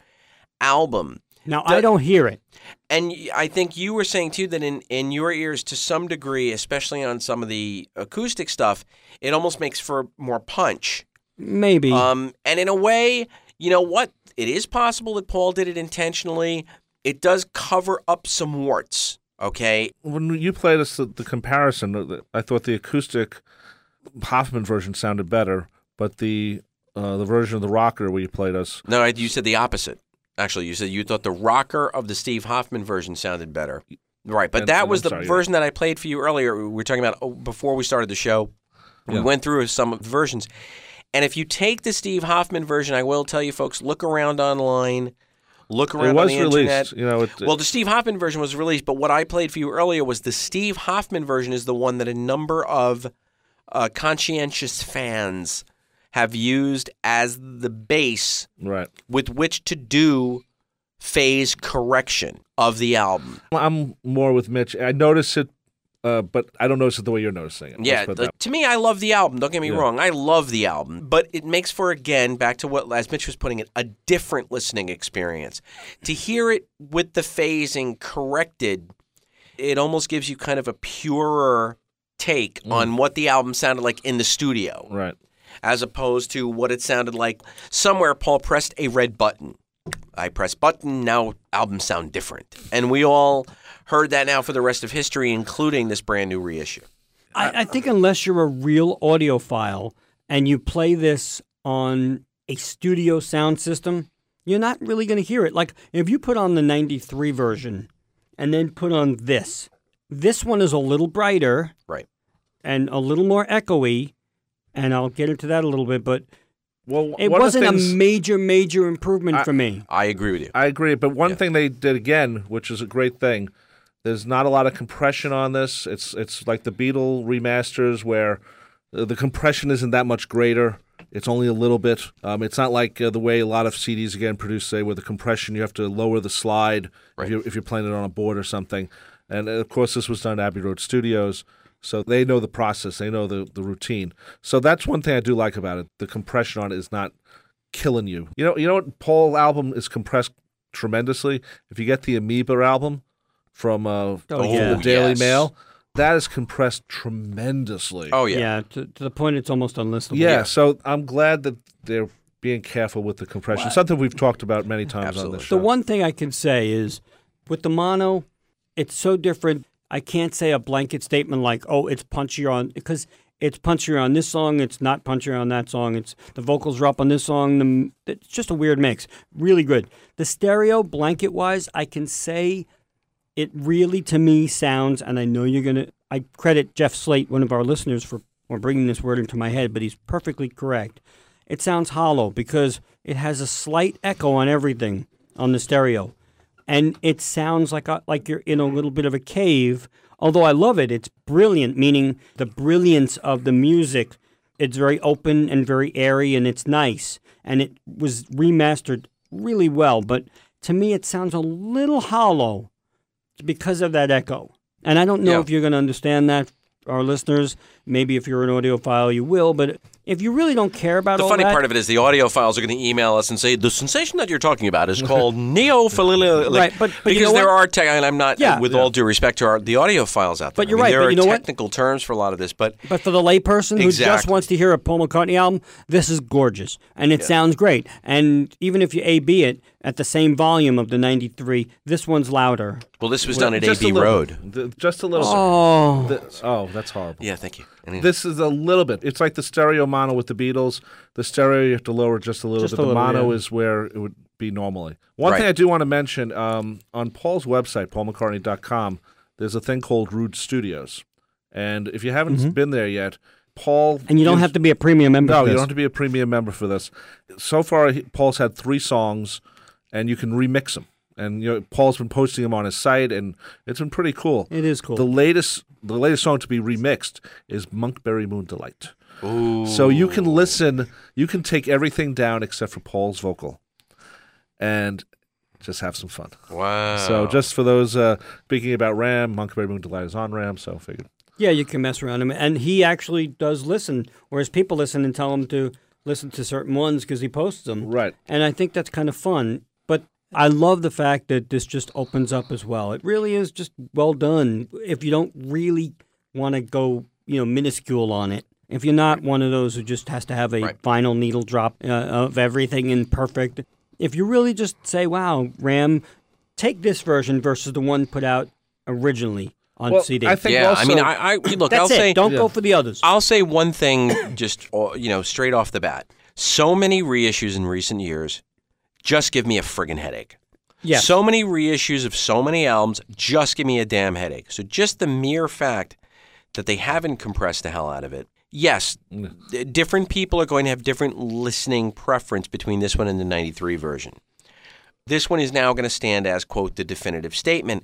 album.
Now I don't hear it.
And y- I think you were saying too that in, in your ears, to some degree, especially on some of the acoustic stuff, it almost makes for more punch.
Maybe.
Um, and in a way, you know what? It is possible that Paul did it intentionally. It does cover up some warts. Okay,
When you played us the, the comparison, uh, the- I thought the acoustic Hoffman version sounded better, but the uh, the version of the rocker where you played us,
No, I- you said the opposite. Actually, you said you thought the rocker of the Steve Hoffman version sounded better. Right, but
And-
that
and
was
I'm
the
sorry, yeah.
version that I played for you earlier. We were talking about oh, before we started the show. We
Yeah.
went through some of the versions. And if you take the Steve Hoffman version, I will tell you folks, look around online, look around
it was
on the
released.
internet.
You know, it,
Well, the Steve Hoffman version was released, but what I played for you earlier was the Steve Hoffman version is the one that a number of uh, conscientious fans have used as the base
right.
with which to do phase correction of the album.
I'm more with Mitch. I notice it, uh, but I don't notice it the way you're noticing it. Let's
Yeah,
put it
like,
that
to me, I love the album. Don't get me
Yeah.
wrong, I love the album, but it makes for again back to what as Mitch was putting it, a different listening experience. To hear it with the phasing corrected, it almost gives you kind of a purer take
Mm.
on what the album sounded like in the studio.
way. right.
as opposed to what it sounded like somewhere Paul pressed a red button. I press button, now albums sound different. And we all heard that now for the rest of history, including this brand new reissue.
I, I think unless you're a real audiophile and you play this on a studio sound system, you're not really going to hear it. Like if you put on the 93 version and then put on this, this one is a little brighter
Right.
and a little more echoey, and I'll get into that a little bit, but
Well,
it
one of the
wasn't
things-
a major, major improvement for me.
I agree with you.
I agree. But one
Yeah.
thing they did again, which is a great thing, there's not a lot of compression on this. It's it's like the Beatle remasters where uh, the compression isn't that much greater. It's only a little bit. Um, it's not like uh, the way a lot of CDs again produce say where the compression you have to lower the slide if, you're, if you're playing it on a board or something. And uh, of course, this was done at Abbey Road Studios. So they know the process, they know the, the routine. So that's one thing I do like about it. The compression on it is not killing you. You know, you know what? Paul album is compressed tremendously. If you get the Amoeba album from uh, from
yeah.
the Daily
yes.
Mail, that is compressed tremendously.
Oh, yeah.
to, to the point it's almost unlistenable.
yeah, So I'm glad that they're being careful with the compression. Something we've talked about many times on
Absolutely.
this show.
The one thing I can say is with the mono, it's so different. I can't say a blanket statement like, oh, it's punchier on, because it's punchier on this song, it's not punchier on that song, it's the vocals are up on this song. The, m- it's just a weird mix. Really good. The stereo, blanket wise, I can say it really to me sounds, and I know you're going to, I credit Jeff Slate, one of our listeners, for, for bringing this word into my head, but he's perfectly correct. It sounds hollow because it has a slight echo on everything on the stereo. and it sounds like a, like you're in a little bit of a cave. Although I love it, it's brilliant. Meaning the brilliance of the music. It's very open and very airy, and it's nice. And it was remastered really well. But to me, it sounds a little hollow because of that echo. And I don't know
Yeah.
if you're going to understand that, our listeners. Maybe if you're an audiophile, you will. But if you really don't care about
The
all
funny
that,
part of it is the audio files are going to email us and say the sensation that you're talking about is called neophilia. like-
Right, but- but
because
you know
there
what?
are tech, and I'm not
Yeah.
with all due respect to our the audio files out there.
But you're
I mean,
right,
There
but
are
you know what?
technical terms for a lot of this, but
But for the layperson who just
Exactly.
wants to hear a Paul McCartney album, this is gorgeous and it sounds great. And even if you AB it at the same volume of the 93, this one's louder.
well, this was
Well,
done at
just a
AB
little.
Road.
Th- just a little.
Oh,
Th- oh, that's horrible.
Yeah, thank you. And it-
This is a little bit. It's like the stereo mono with the Beatles. The stereo you have to lower just a little
Just
bit.
a
the
little,
mono
yeah.
is where it would be normally. One
Right.
thing I do want to mention um, on Paul's website, paulmccartney.com, there's a thing called Rude Studios. And if you haven't been there yet, Paul.
Mm-hmm. and you don't have to be a premium member. for
No, you
this.
don't have to be a premium member for this. So far, he- Paul's had three songs, and you can remix them. And you know, Paul's been posting them on his site, and it's been pretty cool.
It is cool.
The latest, the latest song to be remixed is Monkberry Moon Delight. So you can listen. You can take everything down except for Paul's vocal, and just have some fun.
wow.
So just for those uh, speaking about Ram, Monkberry Moon Delight is on Ram. So figured.
yeah, you can mess around him. And he actually does listen, whereas people listen and tell him to listen to certain ones because he posts them.
Right.
And I think that's kind of fun. But I love the fact that this just opens up as well. It really is just well done. If you don't really want to go, you know, minuscule on it, if you're not one of those who just has to have a
Right.
final needle drop uh, of everything in perfect, if you really just say, wow, Ram, take this version versus the one put out originally on
Well,
CD.
I think
yeah,
also,
I mean, I, I look.
that's
I'll
it.
say
don't
Yeah.
go for the others.
I'll say one thing, just uh, you know, straight off the bat. So many reissues in recent years just give me a friggin' headache.
yeah.
So many reissues of so many albums just give me a damn headache. So just the mere fact that they haven't compressed the hell out of it. Yes, d- different people are going to have different listening preference between this one and the 93 version. This one is now going to stand as quote the definitive statement.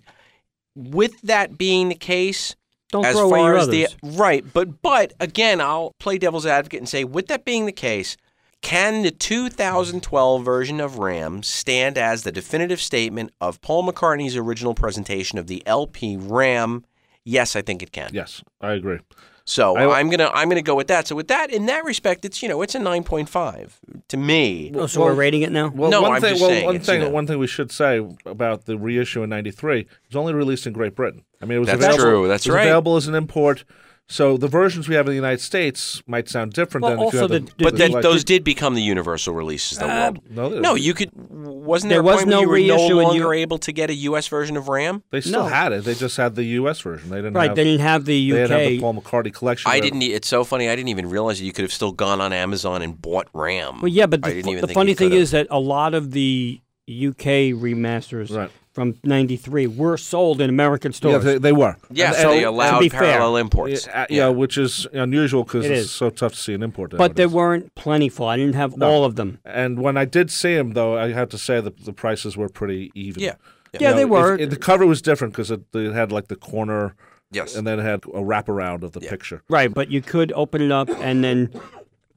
With that being the case,
don't
as
throw
far
away
as
your
the
others.
right, but but again, I'll play devil's advocate and say, with that being the case, can the 2012 version of Ram stand as the definitive statement of Paul McCartney's original presentation of the LP Ram? Yes, I think it can.
yes, I agree.
So
I-
I, am gonna I'm gonna go with that. So with that, in that respect, it's you know it's a 9.5 to me.
Oh, so
Well-
we're rating it now?
Well,
No,
one
I'm
thing,
just
well,
saying
one
it's,
thing,
you know.
one thing we should say about the reissue in '93 it was only released in Great Britain. I mean, it was
That's
available,
true. That's
it was
right.
Available as an import. So the versions we have in the United States might sound different
Well,
than if you
also
had
the-
the,
Um,
But
the-
then
like-
those did become the universal releases of the world.
no, they-
no, you could. Wasn't
Uh,
there,
There
a
was
point where
no
you were
reissue
no
and you-
longer able to get a U.S. version of Ram?
They still
No.
had it. They just had the U.S. version. They didn't
Right,
have.
they didn't have the
they
UK.
didn't have the Paul McCartney collection.
I
where-
didn't. e- It's so funny. I didn't even realize that you could have still gone on Amazon and bought RAM.
Well, yeah, but
I
the,
didn't
fu-
even
the
think
funny
you
thing
could've.
is that a lot of the UK remasters
Right.
from '93 were sold in American
Yeah,
stores.
they, they were.
yeah,
And-
so
and-
they allowed
be fair,
parallel
yeah,
imports.
uh, yeah, which is unusual because
It
it's
is.
so tough to see an import.
but they
nowadays.
weren't plentiful. I didn't have all of them.
And when I did see him, though, I have to say the the prices were pretty even.
Yeah.
You
Yeah, they
if-
were.
if the cover was different because it, it had like the corner,
Yes.
and then it had a wraparound of the picture.
Right, but you could open it up and then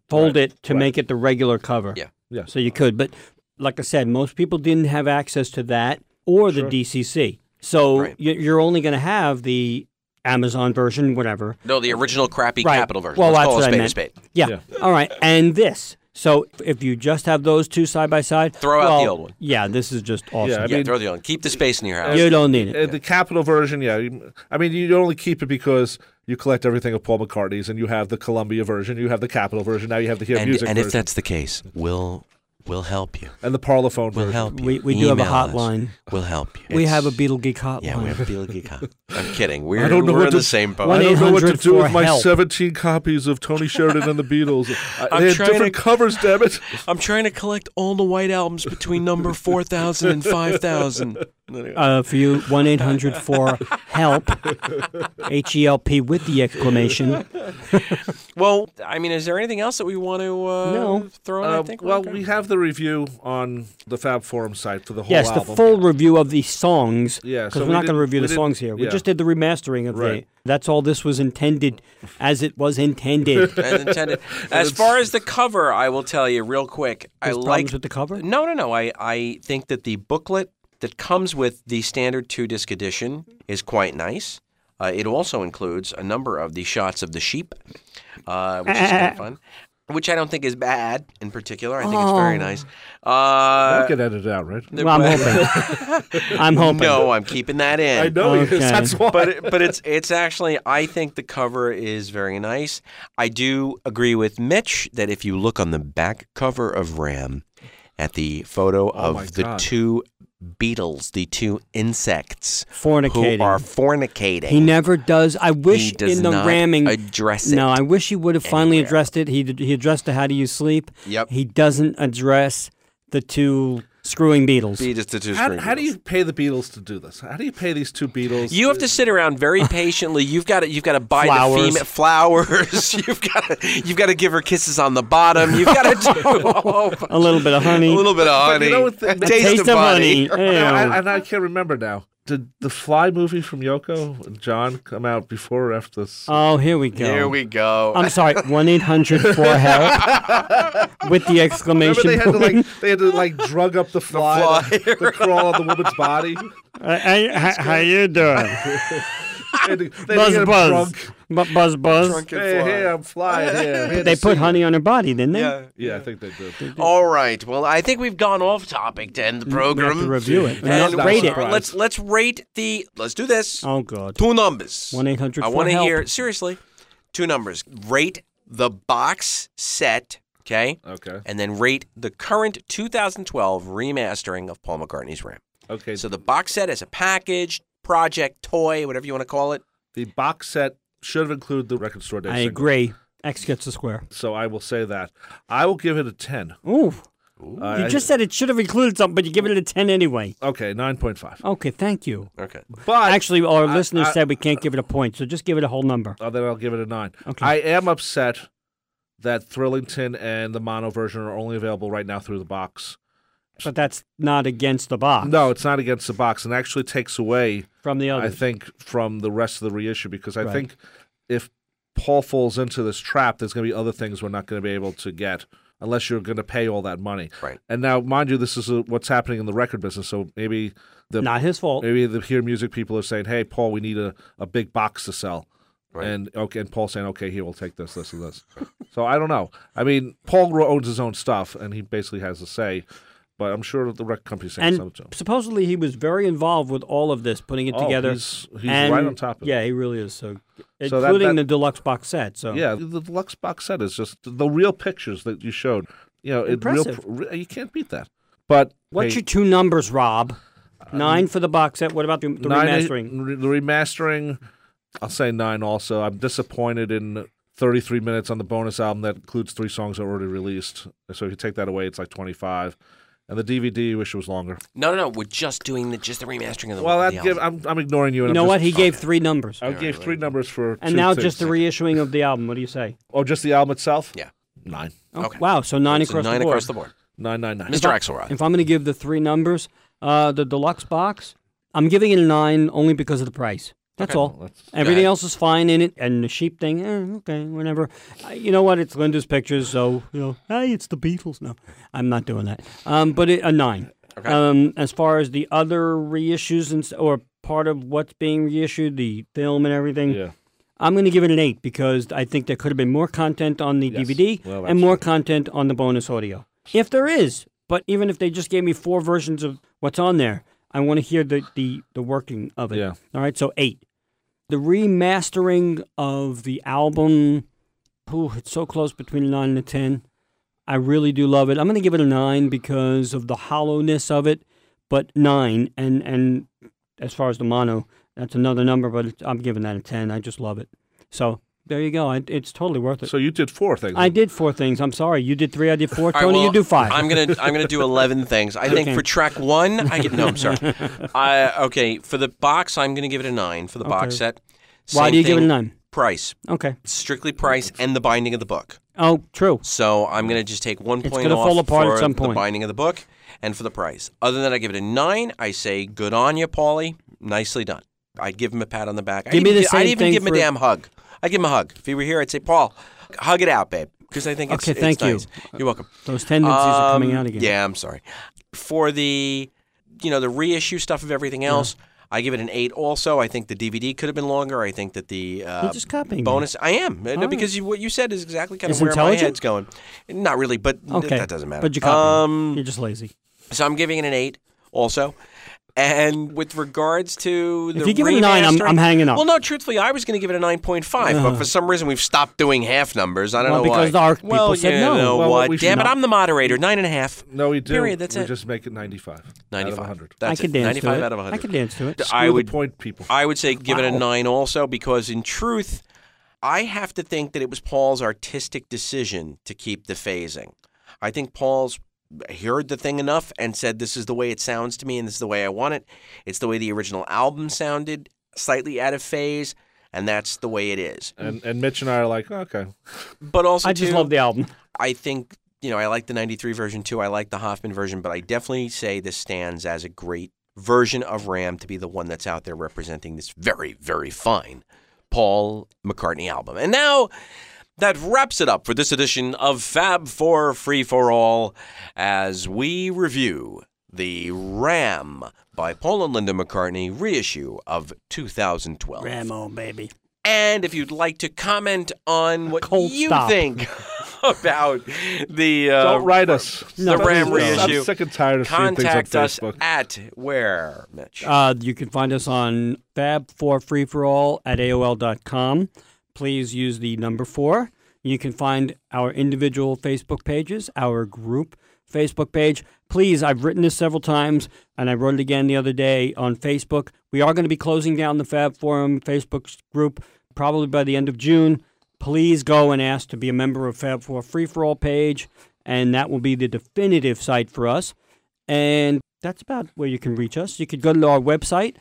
fold it to make it the regular cover.
Yeah.
Yeah.
So you could, but like I said, most people didn't have access to that or the DCC. So
Right.
you- you're only going to have the Amazon version, whatever.
no, the original crappy
Right.
capital version.
Well,
Let's
that's
call a
what I
spade a
meant.
spade.
Yeah. All right. And this. So if you just have those two side by side,
Throw out the
well,
old one.
Yeah, this is just awesome.
I
Yeah,
mean-
throw the on. Keep the space in your house.
you don't need it.
Uh, The capital version, yeah. you- I mean, you only keep it because you collect everything of Paul McCartney's, and you have the Columbia version, you have the capital version. Now you have the Hear
and
Music
and
version,
if that's the case, we'll we'll help you.
and the Parlophone
We'll
version.
help you.
We- we do have a
Email us.
hotline.
We'll help you.
we have a Beetle Geek hotline.
yeah, we have a Beale Geek Hotline. I'm kidding. We're,
I don't know
we're
what
in
to,
the same boat.
I don't know what to
1-800
do with
for
my
help.
17 copies of Tony Sheridan and the Beatles. I-
I'm
they had
trying to-
different covers, damn it.
I'm trying to collect all the white albums between number 4,000 and 5,000.
uh, for you 1 800 for help, H E L P with the exclamation.
Well, I mean, is there anything else that we want to uh,
No.
throw in?
Uh,
I think we're
well,
okay.
we have the review on the Fab Forum site for the whole
yes,
album.
the full review of the songs.
Yeah,
because
so
we're
we
not going
didn't-
to review
we
the
didn't-
songs here. We
yeah.
just did the remastering of
Right.
the. That's all this was intended, as it was intended.
as intended. As far as the cover, I will tell you real quick. I
There's
like
problems with the cover?
No, no, no. I I think that the booklet that comes with the standard two disc edition is quite nice. Uh, it also includes a number of the shots of the sheep, uh, which is kind of fun. Which I don't think is bad in particular. I think it's very nice. Uh,
That can edit out, right?
the-
Well, I'm hoping. I'm hoping.
No, I'm keeping that in.
I know it is.
Okay.
That's why.
but it, but it's it's actually I think the cover is very nice. I do agree with Mitch that if you look on the back cover of Ram at the photo
my
of the
God.
two beetles, the two insects
Fornicating.
who are fornicating.
He never does. I wish
He does
in the
not
ramming
address it
No, I wish he would have finally
anywhere.
addressed it. He did, he addressed the how do you sleep.
Yep.
He doesn't address the two screwing beetles.
Be just the two
how,
screen
how do
beetles.
you pay the Beatles to do this? How do you pay these two Beatles?
You have to sit around very patiently. You've got to you've got to buy the
Flowers.
female flowers. you've got to you've got to give her kisses on the bottom. You've got to do
a little bit of honey.
a little bit of honey.
you know what the-
A
the
taste, of honey.
No,
Ew.
I, and I can't remember now. Did the Fly movie from Yoko and John come out before or after this?
oh, here we go.
Here we go.
I'm sorry. One eight hundred for help with the exclamation
Remember they had to
point.
like they had to like drug up the fly,
fly,
to, to crawl on the woman's body.
Hey, h- how you doing?
They had to- they had to
buzz,
get him
buzz,
drunk.
Bu- buzz, buzz.
Drunken
Hey,
fly.
hey, I'm flying here. Hey,
They
this-
put honey on her body, didn't they?
Yeah.
Yeah, I think they did.
All right. Well, I think we've gone off topic to end the
Mm, We have
program.
to review it.
And
And rate it.
surprised.
Let's let's rate the. Let's do this.
Oh God.
Two numbers.
1-800
I
for
wanna
help.
hear seriously. Two numbers. Rate the box set. Okay.
Okay.
And then rate the current 2012 remastering of Paul McCartney's Ram.
Okay.
So
So
the box set as a package, project, toy, whatever you want to call it.
the box set should have included the record store day.
I
single.
agree. X gets the square.
So I will say that. I will give it a ten.
Ooh.
Uh,
You
I-
just said it should have included something, but you give it a 10 anyway.
okay, nine point five.
Okay, thank you.
Okay.
But
Actually, our
I-
listeners
I-
said we can't give it a point, so just give it a whole number.
Oh, then I'll give it a nine.
Okay.
I am upset that Thrillington and the mono version are only available right now through the box.
But that's not against the box.
No, it's not against the box, and actually takes away,
From the
I
other.
think, from the rest of the reissue because I
Right.
think if Paul falls into this trap, there's going to be other things we're not going to be able to get unless you're going to pay all that money.
Right.
And now, mind you, this is uh what's happening in the record business, so maybe the
not his fault.
maybe the Hear Music people are saying, "Hey, Paul, we need a, a big box to sell,"
Right.
and okay, and Paul saying, "Okay, here we'll take this, this, and this." so I don't know. I mean, Paul ro- owns his own stuff, and he basically has a say, but I'm sure the record company's saying
And
something to him.
supposedly he was very involved with all of this, putting it
Oh,
together.
he's- he's
and-
right on top of it.
Yeah, he really is. So,
So that-
including
that-
the deluxe box set. So
Yeah, the deluxe box set is just the real pictures that you showed. You know, it real,
Impressive.
re- you can't beat that. But
What's
hey, Uh,
your two numbers, Rob? Nine for the box set. What about the, the
nine-
remastering?
re- the remastering, I'll say nine. Also, I'm disappointed in 33 minutes on the bonus album that includes three songs already released. So if you take that away, it's like 25. And the DVD, wish it was longer.
No, no, no. We're just doing the just the remastering of the.
Well,
of
I'd
the
give,
album.
I'm, I'm ignoring you. And
You
I'm
know what?
just-
He gave three numbers.
I gave three numbers for.
and
two
now
things.
just the reissuing of the album. What do you say?
Oh, just the album itself.
Yeah.
Nine.
Oh,
Okay.
Wow, so nine,
So
across,
nine
the board.
across the board.
Nine, nine, nine.
Mr. Axelrod.
If I'm going to give the three numbers, uh, the deluxe box, I'm giving it a nine only because of the price. That's all. Everything
Yeah.
else is fine in it, and the sheep thing, eh, okay, whatever. Uh, you know what? It's Linda's pictures, so you know, hey, it's the Beatles. No, I'm not doing that. Um, but it, a nine.
Okay.
Um, as far as the other reissues and s- or part of what's being reissued, the film and everything,
Yeah.
I'm going to give it an eight because I think there could have been more content on the DVD
Well,
and more content on the bonus audio. If there is, but even if they just gave me four versions of what's on there, I want to hear the, the, the working of it.
Yeah.
All right, so eight. The remastering of the album, ooh, it's so close between a nine and a 10. I really do love it. I'm going to give it a nine because of the hollowness of it, but nine. And, and as far as the mono, that's another number, but it's, I'm giving that a 10. I just love it. So There you go. It, it's totally worth it.
So you did four things.
I did four things. I'm sorry. You did three. I did four.
All right,
Tony,
well,
you do five.
I'm gonna I'm gonna do eleven things. I think
Okay.
for track one, I get no. I'm sorry. I, okay, for the box, I'm gonna give it a nine for the box
Okay.
set.
Why
Same
do you give it a
thing,
nine?
Price,
Okay.
strictly price, and the binding of the book.
Oh, true.
So I'm gonna just take one point
gonna
off
fall apart
for
at some
the
point.
binding of the book and for the price. Other than that, I give it a nine. I say good on you, Paulie. Nicely done. I'd give him a pat on the back. I'd
Give me
even
the
gi- I'd
same
even
thing
give him
for-
a damn hug. I'd give him a hug. If he were here, I'd say, Paul, hug it out, babe. Because I think it's,
Okay, thank
it's
you.
nice. You're welcome.
Those tendencies are coming
Um,
out again.
Yeah, I'm sorry. For the you know the reissue stuff of everything else, I give it an eight. Also, I think the DVD could have been longer. I think that the uh,
You're just copying me.
bonus. I am Uh, no,
right.
because you, what you said is exactly kind
It's
of where my
intelligent?
head's going. Not really, but th-
Okay.
Um, that doesn't matter.
But you copy.
Um,
You're just lazy.
so I'm giving it an eight. Also. And with regards to the
If you give it a nine, I'm-
remaster-
I'm hanging up.
Well, no, truthfully, I was going to give it a nine point five, but for some reason we've stopped doing half numbers. I don't
Well,
know
because
why.
our people
well,
said
you
no.
know
Well,
what?
we should
Damn it,
not-
I'm the moderator. Nine and a half.
no, we do.
Period, that's
we
it.
just make it 95.
95.
Out of 100.
That's
I could
it.
dance
95
to it.
out of 100.
I could dance to it.
I
Screw the
would-
point people.
I would say give it a
Wow.
9 also because in truth I have to think that it was Paul's artistic decision to keep the phasing. I think Paul's heard the thing enough and said this is the way it sounds to me and this is the way I want it. It's the way the original album sounded, slightly out of phase, and that's the way it is.
and, and Mitch and I are like, okay.
But also
I just
too,
love the album.
I think you know I like the '93 version too. I like the Hoffman version, but I definitely say this stands as a great version of Ram to be the one that's out there representing this very, very fine Paul McCartney album. And now that wraps it up for this edition of Fab Four Free for All, as we review the Ram by Paul and Linda McCartney reissue of 2012.
Ramo, baby.
And if you'd like to comment on what
Cold
you
stop.
think about the uh,
Don't write us.
No,
Please
Ram
don't.
reissue.
I'm sick and tired of seeing things on
contact us
Facebook.
at where, Mitch?
Uh, you can find us on fab4freeforall at AOL.com. Please use the number four. You can find our individual Facebook pages, our group Facebook page. Please, I've written this several times and I wrote it again the other day on Facebook. We are going to be closing down the Fab Forum Facebook group probably by the end of June. Please go and ask to be a member of Fab Four Free for All page, and that will be the definitive site for us. And that's about where you can reach us. You could go to our website,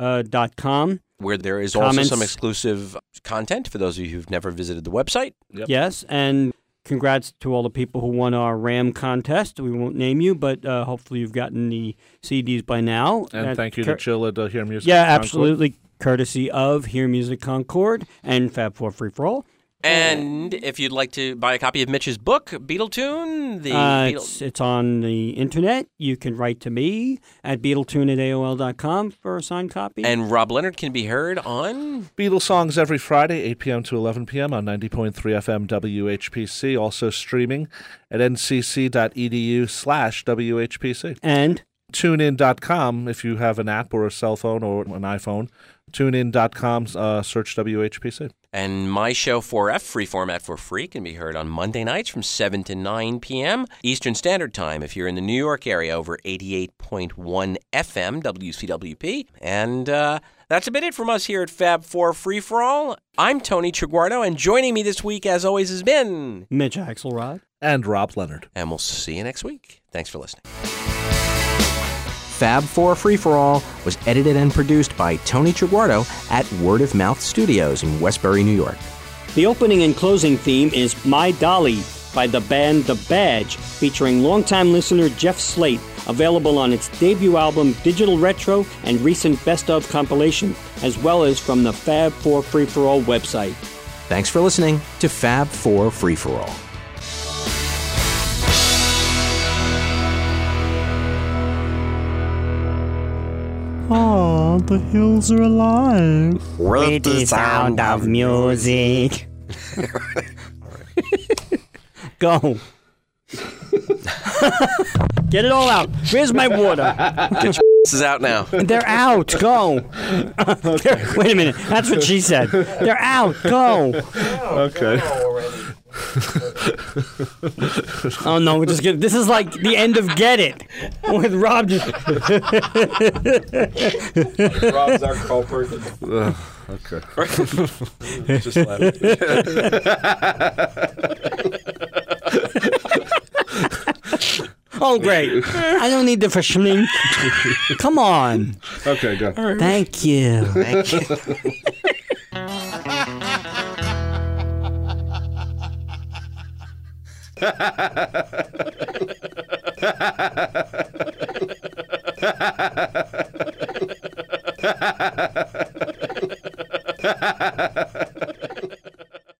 fab4freeforall.com.
where there is also
comments.
some exclusive content for those of you who've never visited the website.
Yep.
Yes, and congrats to all the people who won our RAM contest. We won't name you, but uh, hopefully you've gotten the CDs by now.
And
That's
thank you
cur-
to Chilla to hear music.
Yeah,
Concord.
absolutely. Courtesy of Hear Music Concord and Fab Four Free for All.
And if you'd like to buy a copy of Mitch's book, Beetletune, the
Uh,
Beatle-
it's, it's on the internet. You can write to me at beetletune at AOL.com for a signed copy.
and Rob Leonard can be heard on
Beatles songs every Friday, 8 p.m. to 11 p.m. on 90.3 FM WHPC. Also streaming at ncc.edu E slash WHPC.
and
TuneIn.com if you have an app or a cell phone or an iPhone. TuneIn.com, uh, search WHPC.
and my show 4F free format for free can be heard on Monday nights from 7 to 9 p.m. Eastern Standard Time if you're in the New York area over 88.1 FM WCWP. And uh, that's about it from us here at Fab 4 Free for All. I'm Tony Triguardo and joining me this week as always has been
Mitch Axelrod.
And Rob Leonard.
and we'll see you next week. Thanks for listening.
Fab Four Free for All was edited and produced by Tony Triguardo at Word of Mouth Studios in Westbury, New York.
The opening and closing theme is My Dolly by the band The Badge, featuring longtime listener Jeff Slate, available on its debut album Digital Retro and recent Best of compilation, as well as from the Fab 4 Free For All website.
Thanks for listening to Fab Four Free for All.
Aw, the hills are alive.
With
music. Go. Get it all out. Where's my water?
This is out now.
They're out. Go. They're- wait a minute. That's what she said. They're out. Go.
Okay.
Oh no, we're just gonna, this is like the end of Get It with Rob. just-
Rob's our culprit.
Okay.
Just laugh.
Oh, great. I don't need the fishing. Come on.
Okay, go.
Thank you.